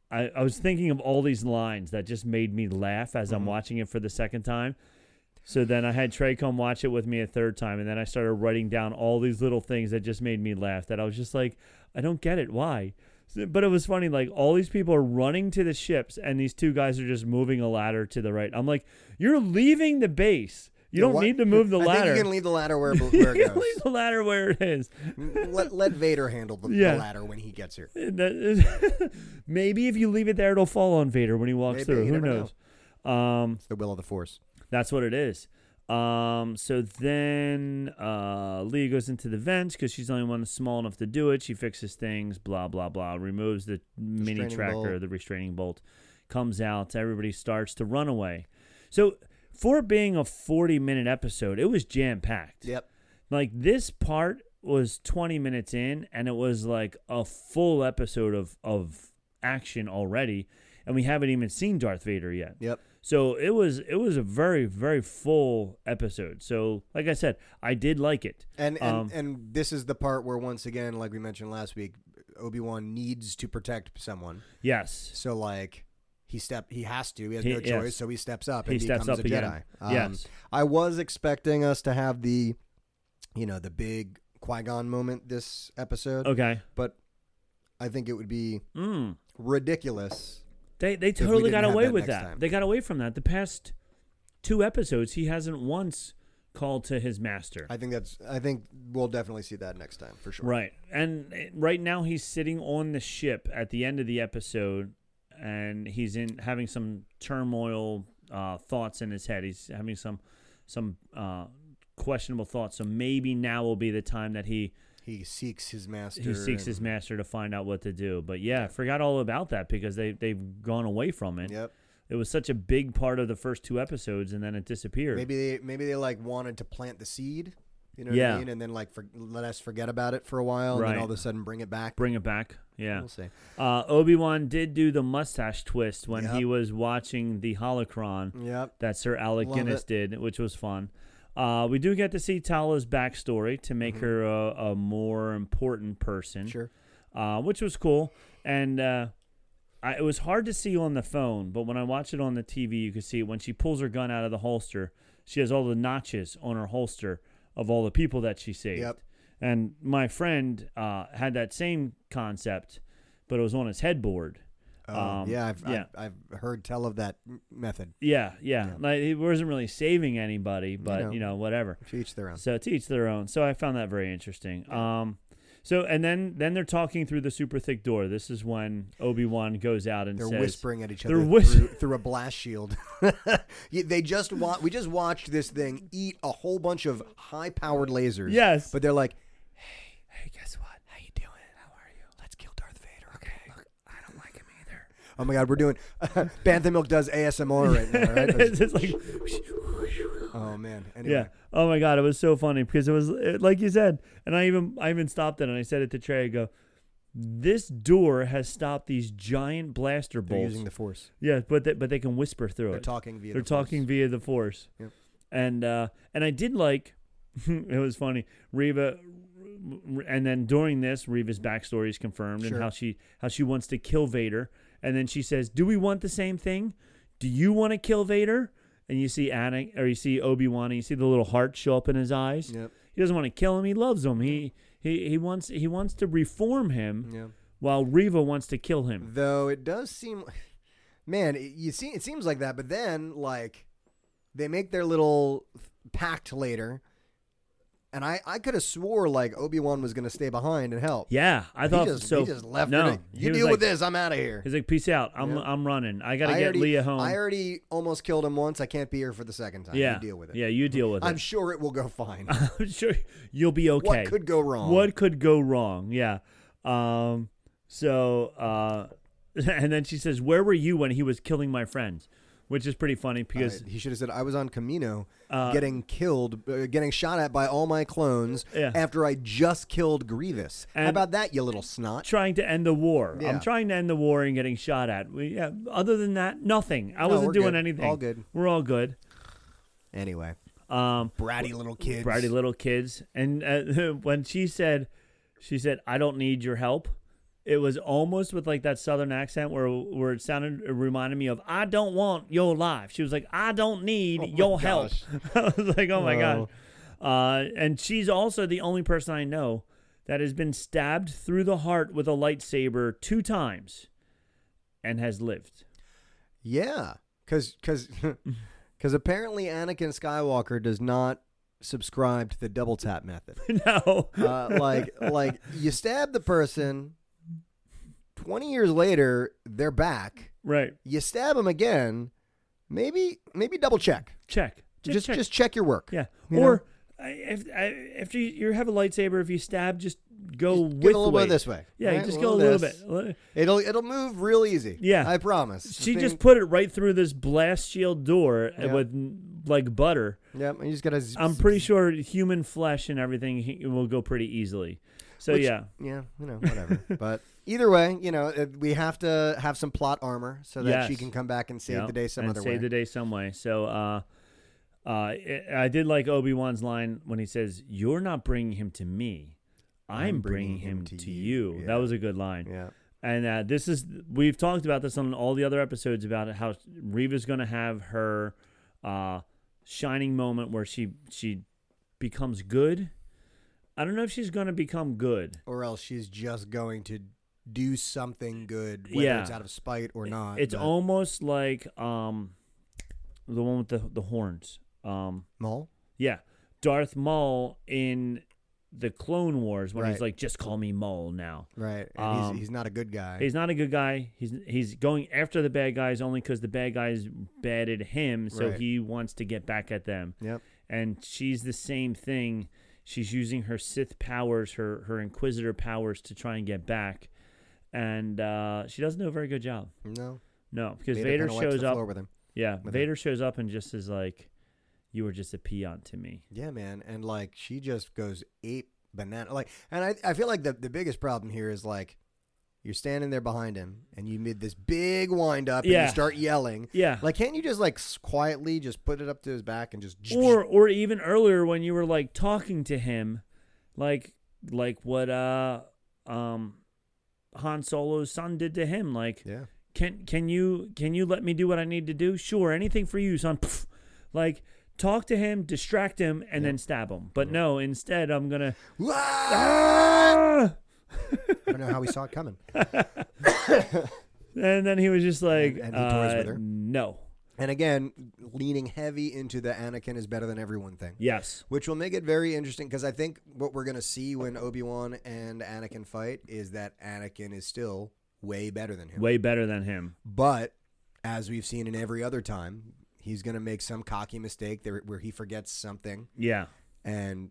I, I was thinking of all these lines that just made me laugh as
Mm-hmm.
I'm watching it for the second time. So then I had Trey come watch it with me a third time, and then I started writing down all these little things that just made me laugh. That I was just like, I don't get it. Why? So- But it was funny. Like all these people are running to the ships, and these two guys are just moving a ladder to the right. I'm like, you're leaving the base. You don't
What-
need to move the
I
ladder.
Think you can leave the ladder where,
(laughs)
where
You
it
can leave
goes.
the ladder where it is.
let, let Vader handle the, the
Yeah.
ladder when he gets here.
And that is- (laughs) Maybe if you leave it there, it'll fall on Vader when he walks
Maybe,
through.
you
Who
never
knows? Um,
It's the will of the Force.
That's what it is. Um, so then uh, Leah goes into the vents because she's the only one small enough to do it. She fixes things, blah, blah, blah. Removes the mini
Restraining
tracker,
bolt.
the restraining bolt. Comes out. Everybody starts to run away. So for it being a 40 minute episode, it was jam packed.
Yep.
Like this part was 20 minutes in and it was like a full episode of, of action already. And we haven't even seen Darth Vader yet.
Yep.
So it was it was a very very full episode. So like I said, I did like it.
And and,
Um,
and this is the part where once again, like we mentioned last week, Obi Wan needs to protect someone.
Yes,
So like he step he has to. He has
He-
no choice,
yes.
so he steps up and
he steps
becomes
up
a
again.
Jedi. Um,
yes,
I was expecting us to have the you know, the big Qui Gon moment this episode.
okay.
But I think it would be
Mm.
ridiculous.
They they
we
totally
didn't
got
have
away
that
with
next
that.
time.
They got away from that. The past two episodes, he hasn't once called to his master.
I think that's I think we'll definitely see that next time for sure.
Right. And uh, right now he's sitting on the ship at the end of the episode and he's in having some turmoil uh, thoughts in his head. He's having some some uh, questionable thoughts. So maybe now will be the time that he
He seeks his master.
he seeks his
and-
master to find out what to do. But yeah, I forgot all about that because they they've gone away from it.
Yep.
It was such a big part of the first two episodes and then it disappeared.
Maybe they maybe they like wanted to plant the seed, you know what
Yeah.
I mean, and then like for, let us forget about it for a while, and
Right.
then all of a sudden bring it back.
Bring it back. Yeah.
We'll see.
Uh, Obi Wan did do the mustache twist when he
Yep.
was watching the holocron
Yep.
that Sir Alec
Love
Guinness
it.
did, which was fun. Uh, we do get to see Tala's backstory to make her a, a more important person,
Mm-hmm. Sure.
uh, which was cool. And uh, I, it was hard to see on the phone, but when I watch it on the TV, you can see when she pulls her gun out of the holster, she has all the notches on her holster of all the people that she saved.
Yep.
And my friend uh, had that same concept, but it was on his headboard.
Oh,
Um,
yeah, I've,
yeah.
I've I've heard tell of that m- method.
Yeah, yeah. Like he wasn't really saving anybody, but
know.
you know, whatever.
To each their own.
So to each their own. So I found that very interesting. Um so and then then they're talking through the super thick door. This is when Obi Wan goes out and
They're
says
whispering at each
They're
other
whis-
through, through a blast shield. (laughs) Yeah, they just wa- we just watched this thing eat a whole bunch of high powered lasers.
Yes.
but they're like,
Hey, guess what? How you doing? How are you?
let's kill Darth Vader. Okay.
I don't like him either.
Oh my God, we're doing (laughs) Bantha Milk does ASMR right now.
(laughs)
Right?
it's just like
(laughs) oh man. Anyway.
Yeah. Oh my god, it was so funny because it was it, like you said, and I even I even stopped it and I said it to Trey. I go, this door has stopped these giant blaster
They're
bolts.
using the force.
yeah, but they, but they can whisper through
They're
it.
talking via.
They're
the
talking
Force.
via the force.
Yep.
And uh, and I did like (laughs) it was funny. Reva and then during this Reva's backstory is confirmed
Sure.
and how she how she wants to kill Vader and then she says, "Do we want the same thing? Do you want to kill Vader?" And you see Anna or you see Obi-Wan and you see the little heart show up in his eyes.
Yep.
He doesn't want to kill him. He loves him. He he, he wants he wants to reform him
Yeah.
while Reva wants to kill him.
Though it does seem, man, it, you see, it seems like that. But then, like, they make their little pact later, and I, I could have swore like Obi Wan was gonna stay behind and help.
Yeah, I
he
thought
just,
so.
he just left.
no,
her to-
he
you
was
deal with
like-
this. I'm out of here.
He's like, peace out. I'm
Yeah.
I'm running. I gotta
I
get
already,
Leah home.
I already almost killed him once. I can't be here for the second time. You
yeah,
deal with it.
Yeah, you deal with
I'm
it.
sure it will
(laughs)
go fine.
I'm sure you'll be okay.
What could go wrong?
What could go wrong? Yeah. Um. (laughs) So, uh, and then she says, "Where were you when he was killing my friends?" which is pretty funny because
Uh, he should have said, "I was on Camino,
Uh,
getting killed, uh, getting shot at by all my clones
Yeah.
after I just killed Grievous."
And-
How about that, you little snot?
trying to end the war.
Yeah.
I'm trying to end the war and getting shot at. We, yeah, other than that, nothing. I
No,
wasn't
we're
doing
good.
anything.
All good.
We're all good.
Anyway,
Um,
bratty little kids.
bratty little kids. And uh, (laughs) when she said, she said, "I don't need your help." It was almost with like that southern accent where where it sounded it reminded me of "I don't want your life." She was like, "I don't need your help." (laughs) I was like, "Oh my
Oh.
god!" Uh, and she's also the only person I know that has been stabbed through the heart with a lightsaber two times and has lived. (laughs)
Yeah, because (laughs) because apparently Anakin Skywalker does not subscribe to the double tap method.
no,
Uh,
(laughs)
like like you stab the person. Twenty years later, they're back.
right?
You stab them again. Maybe maybe double check.
Check. Check,
just
check.
just check your work.
Yeah.
You
or I, if I, if you, you have a lightsaber, if you stab, just go
Just
with
get a little
way.
bit this way.
Yeah,
Right,
just
a
go a
little
little
this.
bit. Li-
It'll it'll move real easy.
Yeah.
I promise. The
She just
thing-
put it right through this blast shield door uh,
Yeah.
with like butter.
Yep, you just gotta. z-
I'm pretty sure human flesh and everything he- will go pretty easily. So
Which-
yeah,
yeah, you
(laughs)
know, whatever. but either way, you know, uh, we have to have some plot armor so that she
Yes.
can come back and save
Yeah,
the day some
and
other
save
way.
the day some way. So uh, uh, I I did like Obi Wan's line when he says, "You're not bringing him to me." I'm, bringing him, to, you.
you." Yeah.
That was a good line.
yeah,
And uh, this is we've talked about this on all the other episodes about how Reva's going to have her uh, shining moment where she she becomes good. I don't know if she's going to become good.
or else she's just going to do something good, whether
Yeah.
it's out of spite or not.
it's
Uh, but-
almost like um, the one with the the horns. Um,
Maul.
yeah, Darth Maul in the Clone Wars when he's
Right.
like, "Just call me Maul now."
Right, and
Um,
he's, he's not a good guy.
He's not a good guy. He's he's going after the bad guys only because the bad guys batted him, so
Right.
he wants to get back at them.
yep.
And she's the same thing. She's using her Sith powers, her her Inquisitor powers, to try and get back. And uh, she doesn't do a very good job.
No,
No, because
Vader
Vader,
kinda wipes
shows
the
up.
floor with him.
Yeah,
him.
Vader shows up and just is like, "You were just a peon to me."
Yeah, man, and like she just goes ape banana. Like, and I, I feel like the the biggest problem here is like, you're standing there behind him, and you mid this big wind up, and
Yeah.
you start yelling.
Yeah.
Like, can't you just like s- quietly just put it up to his back and just
or or even earlier when you were like talking to him like like what uh um Han Solo's son did to him like
(laughs) yeah,
can can you can you let me do what I need to do sure anything for you son Pff. like talk to him distract him and then stab him but no instead I'm going to Ah!
I don't know how he saw it coming.
and then he was just like
And- and he
uh,
toys with her.
no
And again, leaning heavy into the Anakin is better than everyone thing.
yes
which will make it very interesting because I think what we're gonna see when Obi Wan and Anakin fight is that Anakin is still way better than him.
way better than him
But as we've seen in every other time, he's gonna make some cocky mistake there where he forgets something,
yeah
and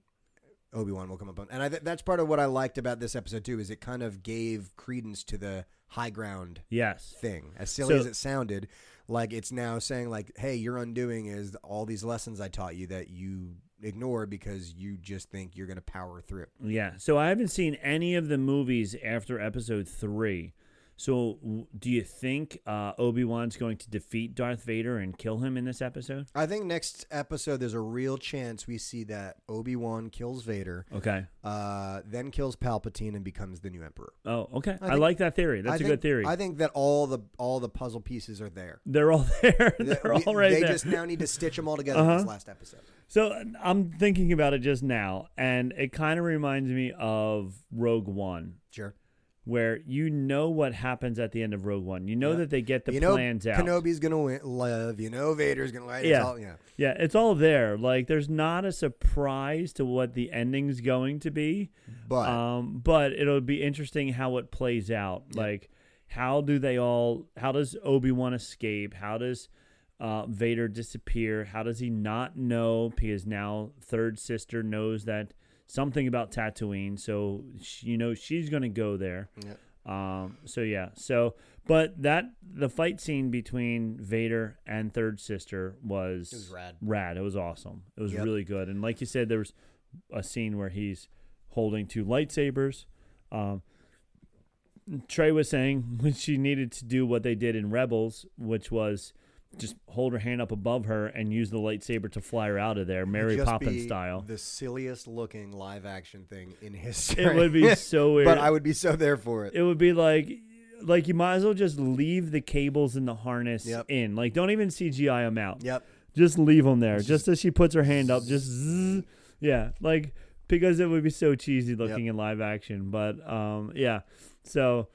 Obi Wan will come up on. And I th- that's part of what I liked about this episode too is it kind of gave credence to the high ground
yes
thing. As silly
So-
as it sounded, like it's now saying like, "Hey, your undoing is all these lessons I taught you that you ignore because you just think you're going to power through."
Yeah. So I haven't seen any of the movies after episode three. So w- do you think uh, Obi Wan's going to defeat Darth Vader and kill him in this episode?
I think next episode there's a real chance we see that Obi Wan kills Vader,
Okay.
uh, then kills Palpatine and becomes the new emperor.
Oh, okay. I,
think-
like that theory. That's
a
a good theory.
I think that all the all the puzzle pieces are there.
They're all there. (laughs)
That
They're
we-
all right
they
there. Uh-huh.
just now need to
(laughs)
stitch them all together in this last episode.
So uh, I'm thinking about it just now, and it kind of reminds me of Rogue One,
Sure.
where you know what happens at the end of Rogue One. You know that they get the
you know
plans out.
Kenobi's going to win, live. You know Vader's going to live.
Yeah.
It's all, yeah.
Yeah, it's all there. Like, there's not a surprise to what the ending's going to be.
But
um, but it'll be interesting how it plays out. Like, how do they all? How does Obi Wan escape? How does uh, Vader disappear? How does he not know? Because now third sister knows that something about Tatooine, so she, you know she's gonna go there. Um, so yeah, so but that the fight scene between Vader and Third Sister was
It was rad.
Rad. It was awesome. It was
Yep.
really good. And like you said, there was a scene where he's holding two lightsabers. Um, Trey was saying (laughs) when she needed to do what they did in Rebels, which was just hold her hand up above her and use the lightsaber to fly her out of there, Mary
Just
Poppins
be
style.
The silliest looking live action thing in (laughs) history.
it would
(laughs)
be so weird.
but I would be so there for it.
it would be like like you might as well just leave the cables and the harness
Yep.
in. Like don't even CGI them out.
Yep.
Just leave them there. Just, as she puts her hand up,
(laughs)
just zzz. yeah, like because it would be so cheesy looking in live action. But um, yeah, so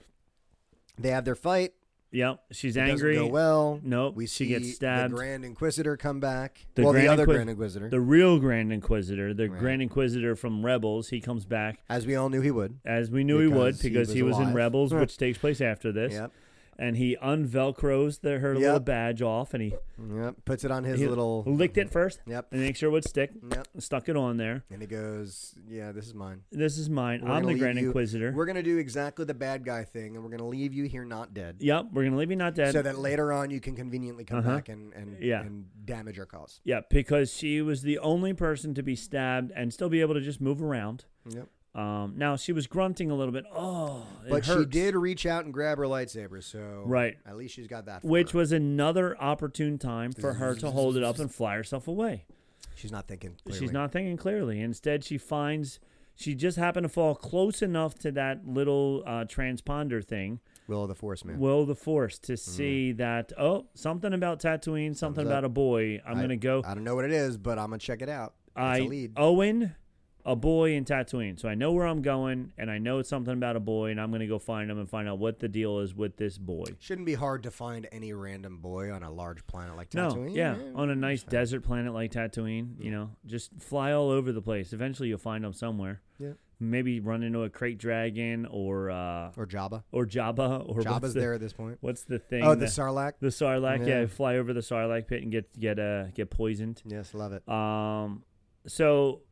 They have their fight.
yeah, she's
It
angry.
Doesn't go well.
Nope,
We see
she gets stabbed.
The Grand Inquisitor come back.
The
well,
Grand
the other
Inquis-
Grand Inquisitor,
The real Grand Inquisitor, the
Right.
Grand Inquisitor from Rebels, he comes back
as we all knew he would.
as we knew he would
Because he
because he was,
was
in
alive.
Rebels, which takes place after this.
Yep.
And he unvelcros the, her little
Yep.
badge off, and he
Yep. Puts it on his
he
little.
licked it first.
Yep.
And make sure it would stick.
Yep.
Stuck it on there.
And he goes, "Yeah, this is mine.
This is mine.
We're
I'm
gonna
the
leave
Grand
you-
Inquisitor.
We're gonna do exactly the bad guy thing, and we're gonna leave you here not dead,
yep. We're gonna leave you not dead.
so that later on you can conveniently come
Uh-huh.
back and and,
Yeah.
and damage our cause."
yeah, because she was the only person to be stabbed and still be able to just move around.
Yep.
Um, now she was grunting a little bit. Oh, it
But she
hurts."
did reach out and grab her lightsaber, so
Right.
At least she's got that. For
which
her.
was another opportune time for her to hold it up and fly herself away.
she's not thinking. Clearly.
She's not thinking clearly. Instead, she finds she just happened to fall close enough to that little uh, transponder thing,
Will of the Force, man.
Will the Force, to see that oh something about Tatooine, something
Thumbs
about
Mm-hmm. up.
a boy. I'm
I-
gonna go.
I don't know what it is, but I'm gonna check it out. It's a
I oh.
lead.
Owen, a boy in Tatooine. So I know where I'm going, and I know it's something about a boy, and I'm gonna go find him and find out what the deal is with this boy.
Shouldn't be hard to find any random boy on a large planet like
No,
Tatooine.
yeah, on a nice desert planet like Tatooine, you know, just fly all over the place. Eventually, you'll find them somewhere.
Yeah.
Maybe run into a crate dragon or uh,
Or Jabba.
or Jabba or what's
Jabba's
the,
there at this point.
What's the thing?
Oh, the
that-
Sarlacc.
the Sarlacc. Yeah.
Yeah.
fly over the Sarlacc pit and get get uh get poisoned.
Yes, love it.
Um, so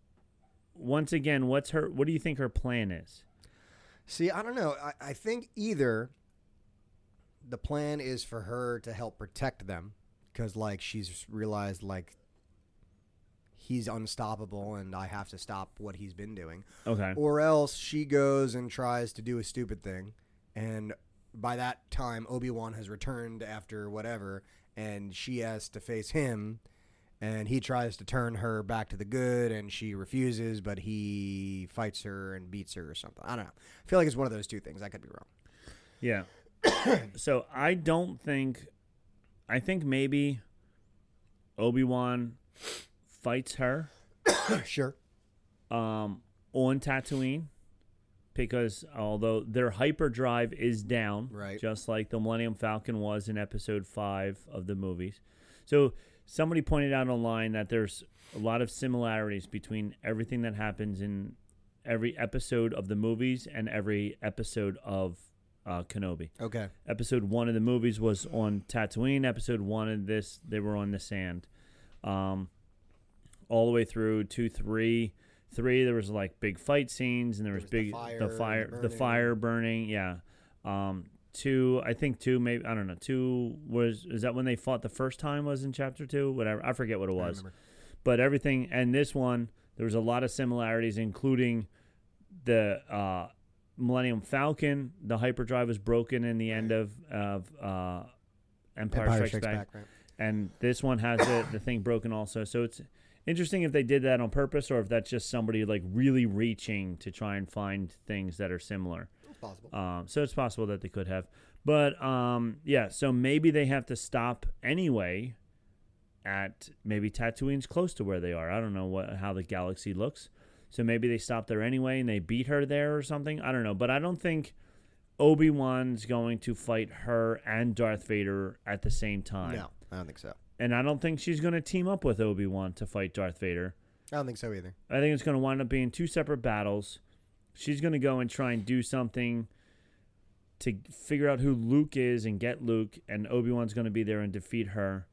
once again, what's her? What do you think her plan is?
See, I don't know. I, I think either the plan is for her to help protect them because, like, she's realized, like, he's unstoppable and I have to stop what he's been doing.
Okay.
Or else she goes and tries to do a stupid thing. And by that time, Obi Wan has returned after whatever, and she has to face him. And he tries to turn her back to the good, and she refuses, but he fights her and beats her or something. I don't know. I feel like it's one of those two things. I could be wrong.
(coughs) Yeah. so I don't think. I think maybe Obi Wan fights her
sure.
um, on Tatooine because although their hyperdrive is down,
Right.
just like the Millennium Falcon was in Episode Five of the movies. So somebody pointed out online that there's a lot of similarities between everything that happens in every episode of the movies and every episode of uh, Kenobi
Okay.
episode one of the movies was on Tatooine. Episode one of this, they were on the sand. Um, all the way through two, three, three. There was like big fight scenes, and there was,
was the
big
fire
the
and
fire, the,
burning.
fire burning. Yeah. Um, two, I think two, maybe I don't know. Two was is that when they fought the first time? Was in chapter two? Whatever, I forget what it was. But everything and this one, there was a lot of similarities, including the uh, Millennium Falcon, the hyperdrive was broken in the end of of uh, Empire, Strikes, Back.
right?
and this one has the, the thing broken also. So it's interesting if they did that on purpose or if that's just somebody like really reaching to try and find things that are similar.
Possible.
Um, so it's possible that they could have, but um, yeah. So maybe they have to stop anyway. At maybe Tatooine's close to where they are. I don't know what how the galaxy looks. So maybe they stop there anyway and they beat her there or something. I don't know, but I don't think Obi Wan's going to fight her and Darth Vader at the same time.
No, I don't think so.
And I don't think she's going to team up with Obi Wan to fight Darth Vader.
I don't think so either.
I think it's going to wind up being two separate battles. She's going to go and try and do something to figure out who Luke is and get Luke, and Obi Wan's going to be there and defeat her.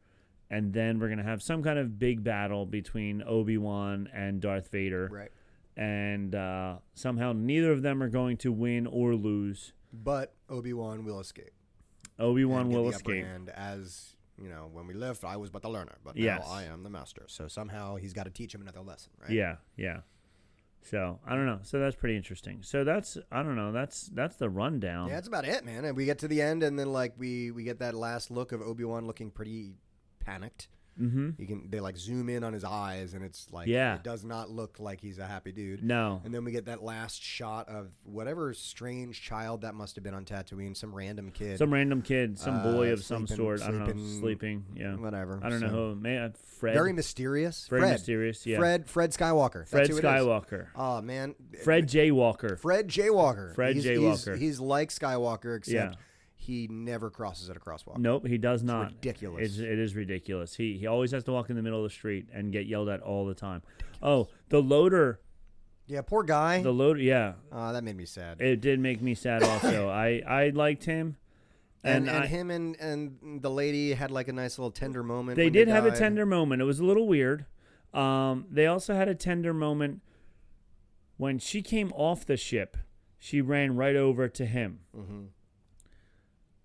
And then we're going to have some kind of big battle between Obi Wan and Darth Vader.
Right.
And uh, somehow neither of them are going to win or lose.
But Obi Wan will escape.
Obi Wan
and get
will
the upper
escape.
hand as you know, when we left, I was but the learner, but
Yes.
now I am the master. So somehow he's got to teach him another lesson, right?
Yeah, yeah. So I don't know. So that's pretty interesting. So that's I don't know. That's that's the rundown.
Yeah, that's about it, man. And we get to the end, and then like we we get that last look of Obi Wan looking pretty panicked.
mm-hmm.
You can they like zoom in on his eyes, and it's like
Yeah.
it does not look like he's a happy dude.
No.
And then we get that last shot of whatever strange child that must have been on Tatooine, some random kid.
Some random kid, some
Uh,
boy of some
sleeping-
sort. I don't know.
sleeping-
Sleeping. Yeah.
whatever.
I don't know
so.
who. May I, Fred.
Very mysterious.
Very
Fred.
mysterious, yeah.
Fred. Fred Skywalker.
Fred
That's who it is.
Skywalker.
Oh man.
Fred J. Walker.
Fred J. Walker.
Fred
he's,
J.
he's-
Walker.
He's, like Skywalker, except
Yeah.
he never crosses at a crosswalk.
Nope, he does not.
ridiculous.
It's, it is ridiculous. He he always has to walk in the middle of the street and get yelled at all the time. Oh, the loader,
Yeah, poor guy.
the loader. Yeah,
Uh, that made me sad.
it did make me sad. Also, I I liked him,
and
and,
and
I,
him and, and the lady had like a nice little tender moment.
they
when
did have a
died.
tender moment. It was a little weird. Um, they also had a tender moment when she came off the ship. She ran right over to him.
Mm-hmm.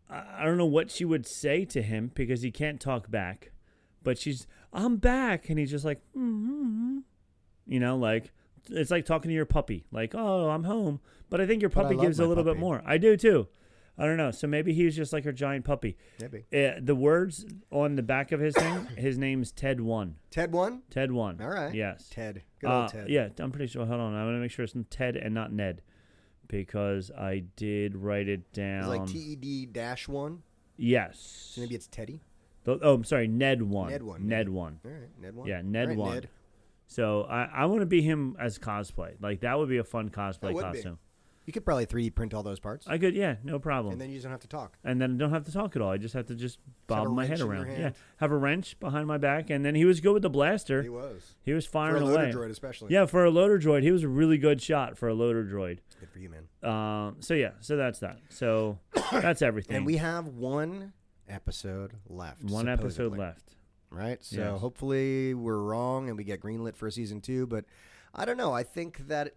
I, I don't know what she would say to him because he can't talk back. But she's, I'm back, and he's just like, mm-hmm. you know, like it's like talking to your puppy, like, oh, I'm home. But I think your
But I
puppy
love
gives a
my
little bit
puppy.
more. I do too. I don't know. So maybe he was just like her giant puppy.
Maybe.
Uh, the words on the back of his thing, (coughs) his name's Ted One.
Ted one.
Ted One.
All right.
Yes.
Ted. Good old
Uh,
Ted.
Yeah, I'm pretty sure. Hold on, I'm gonna make sure it's Ted and not Ned, because I did write it down.
It's like T E D dash one.
yes.
So maybe it's Teddy.
The- oh, I'm sorry, Ned One.
Ned One,
Ned
maybe.
One.
All right, Ned one.
Yeah, Ned
All right,
One.
Ned.
So I, I want to be him as cosplay. Like that would be a fun
That
cosplay
would be.
costume.
You could probably 3D print all those parts,
I could, yeah, no problem.
and then you just don't have to talk.
and then I don't have to talk at all. I just have to just
have
bob
a
my
wrench
head
in your
around. Yeah,
hand.
have a wrench behind my back, and then he was good with the blaster.
He was
He was
for a
firing
loader
away.
droid, especially.
Yeah, for a loader droid, he was a really good shot for a loader droid.
Good for you, man.
Um, so yeah, so that's that.
(coughs)
So that's everything.
And we have one episode left.
one episode
supposedly,
left.
Right? So
Yes.
hopefully we're wrong and we get greenlit for season two. But I don't know. I think that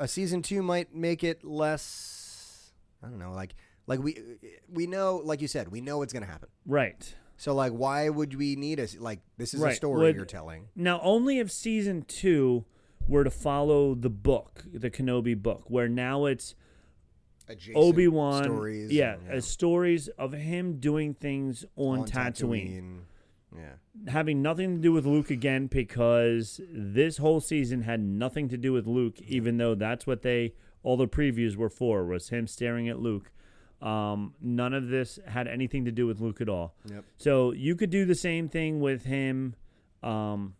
a season two might make it less. I don't know. Like, like we we know, like you said, we know what's going to happen.
Right.
So like, why would we need a s- like? This is a
Right,
story
would-
you're telling.
Now, only if season two were to follow the book, the Kenobi book, where now it's
Adjacent
Obi Wan.
stories.
Yeah,
and,
uh, stories of him doing things on, Tatooine.
Tatooine. Yeah.
having nothing to do with Luke again because this whole season had nothing to do with Luke, even though that's what they all the previews were for was him staring at Luke. Um, none of this had anything to do with Luke at all.
Yep.
So you could do the same thing with him, um,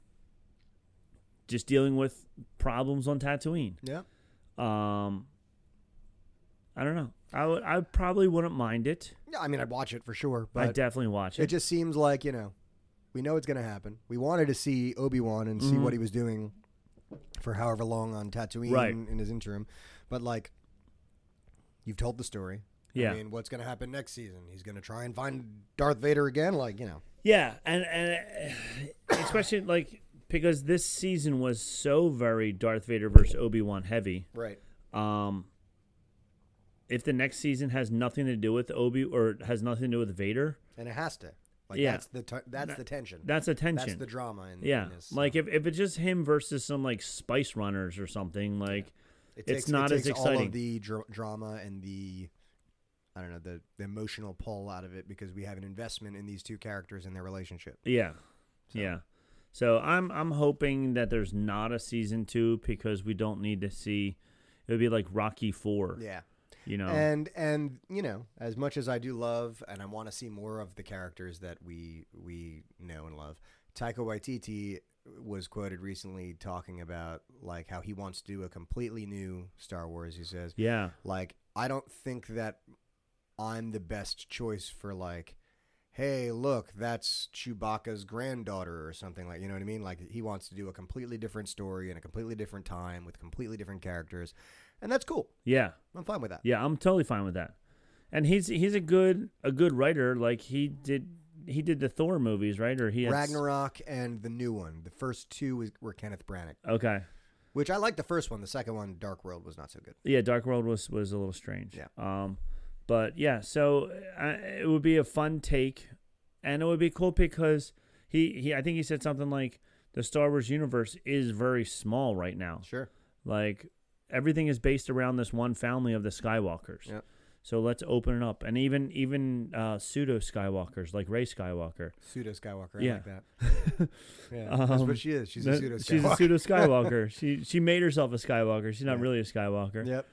just dealing with problems on Tatooine.
Yeah.
Um, I don't know. I would. I probably wouldn't mind it.
Yeah. I mean, I'd watch it for sure.
I
But
definitely watch it.
It just seems like, you know, we know it's going to happen. We wanted to see Obi Wan and see what he was doing for however long on Tatooine
Mm-hmm. Right.
in, in his interim. But, like, you've told the story.
Yeah.
I mean, what's going to happen next season? He's going to try and find Darth Vader again? Like, you know.
Yeah, and and uh, especially like because this season was so very Darth Vader versus Obi Wan heavy.
Right.
Um, if the next season has nothing to do with Obi or has nothing to do with Vader,
And it has to. Like,
Yeah.
that's the, t- that's the tension.
that's a tension.
That's the drama. In,
yeah,
in this. um,
like if, if it's just him versus some like Spice Runners or something, like
it
it's not as
All
exciting.
of the dr- drama and the, I don't know, the, the emotional pull out of it because we have an investment in these two characters and their relationship.
yeah, yeah. So I'm I'm hoping that there's not a season two because we don't need to see. It would be like Rocky Four.
Yeah.
you know.
and and you know as much as i do love and i want to see more of the characters that we we know and love taika waititi was quoted recently talking about like how he wants to do a completely new star wars he says
yeah.
like i don't think that i'm the best choice for like hey look that's chewbacca's granddaughter or something like you know what i mean like he wants to do a completely different story in a completely different time with completely different characters and that's cool
Yeah.
i'm fine with that
Yeah, I'm totally fine with that. And he's he's a good a good writer. Like he did he did the Thor movies, right? Or he had,
Ragnarok and the new one. The first two was, were Kenneth Branagh.
Okay.
Which I like the first one. The second one, Dark World, was not so good.
Yeah, Dark World was was a little strange.
Yeah.
Um, but yeah, so uh, it would be a fun take, and it would be cool because he he I think he said something like the Star Wars universe is very small right now.
Sure.
Like everything is based around this one family of the Skywalkers.
Yep.
So let's open it up, and even even uh, pseudo Skywalkers like Ray Skywalker.
Pseudo Skywalker.
Yeah.
I like that. (laughs) yeah. that's
Um,
what she is. She's a
that-
pseudo Skywalker.
She's a
(laughs)
pseudo Skywalker. she she made herself a Skywalker. She's not
Yeah.
really a Skywalker.
Yep.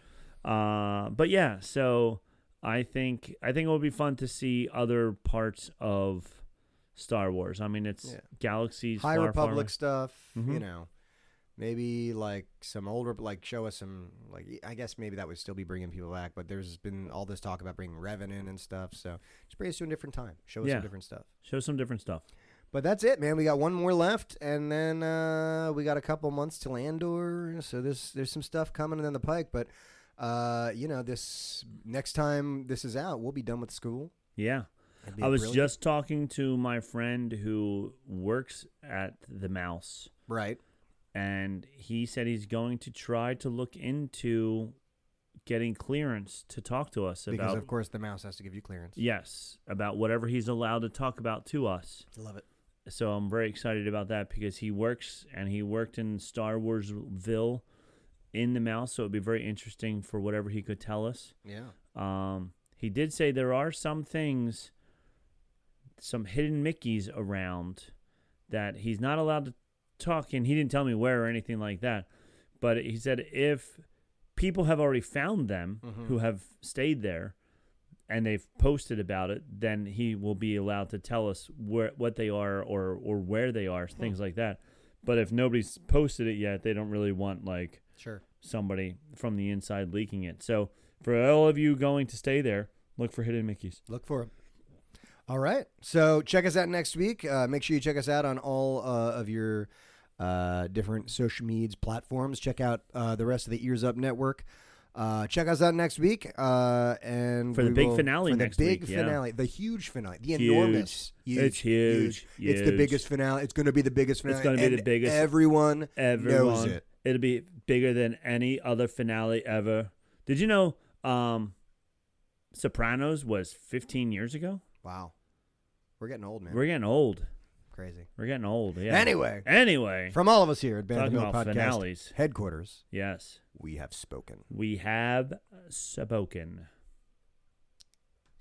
Uh, but yeah, so I think I think it will be fun to see other parts of Star Wars. I mean, it's
Yeah.
galaxies,
High
far, far
Republic
away.
stuff,
Mhm.
you know. Maybe like some older, like show us some, like I guess maybe that would still be bringing people back. But there's been all this talk about bringing Revenant and stuff, so just bring us to a different time. Show us
Yeah.
some different stuff.
show some different stuff.
But that's it, man. We got one more left, and then uh, we got a couple months till Andor. So there's there's some stuff coming down the pike. But uh, you know, this next time this is out, we'll be done with school.
Yeah,
It'd be
I was
brilliant.
just talking to my friend who works at the Mouse,
right.
and he said he's going to try to look into getting clearance to talk to us
Because
about
of course the mouse has to give you clearance.
yes about whatever he's allowed to talk about to us.
Love it.
so I'm very excited about that because he works and he worked in Star Warsville in the mouse, so it'd be very interesting for whatever he could tell us.
Yeah.
Um, he did say there are some things, some hidden Mickeys around that he's not allowed to talk, and he didn't tell me where or anything like that. But he said if people have already found them who have stayed there and they've posted about it, then he will be allowed to tell us where what they are or or where they are, things like that. But if nobody's posted it yet, they don't really want like
Sure.
somebody from the inside leaking it. So for all of you going to stay there, look for hidden Mickey's.
Look for them. All right. So check us out next week. Uh, make sure you check us out on all uh, of your uh, different social medias platforms. Check out uh, the rest of the Ears Up Network. Uh, check us out next week. Uh, and
For the
we
big
will-
finale
for the
next
big
week, yeah.
finale, the huge finale, the
Huge.
enormous,
It's huge,
It's the
huge.
biggest finale. It's going to be the biggest finale.
gonna be
and
the biggest.
Everyone,
Everyone,
knows it.
will be bigger than any other finale ever. Did you know um, Sopranos was 15 years ago?
Wow, we're getting old, man.
We're getting old.
Crazy.
We're getting old. Yeah.
Anyway.
Anyway.
From all of us here at Band of
Talking
Milk
about
Podcast
finales.
headquarters,
Yes.
we have spoken.
We have spoken.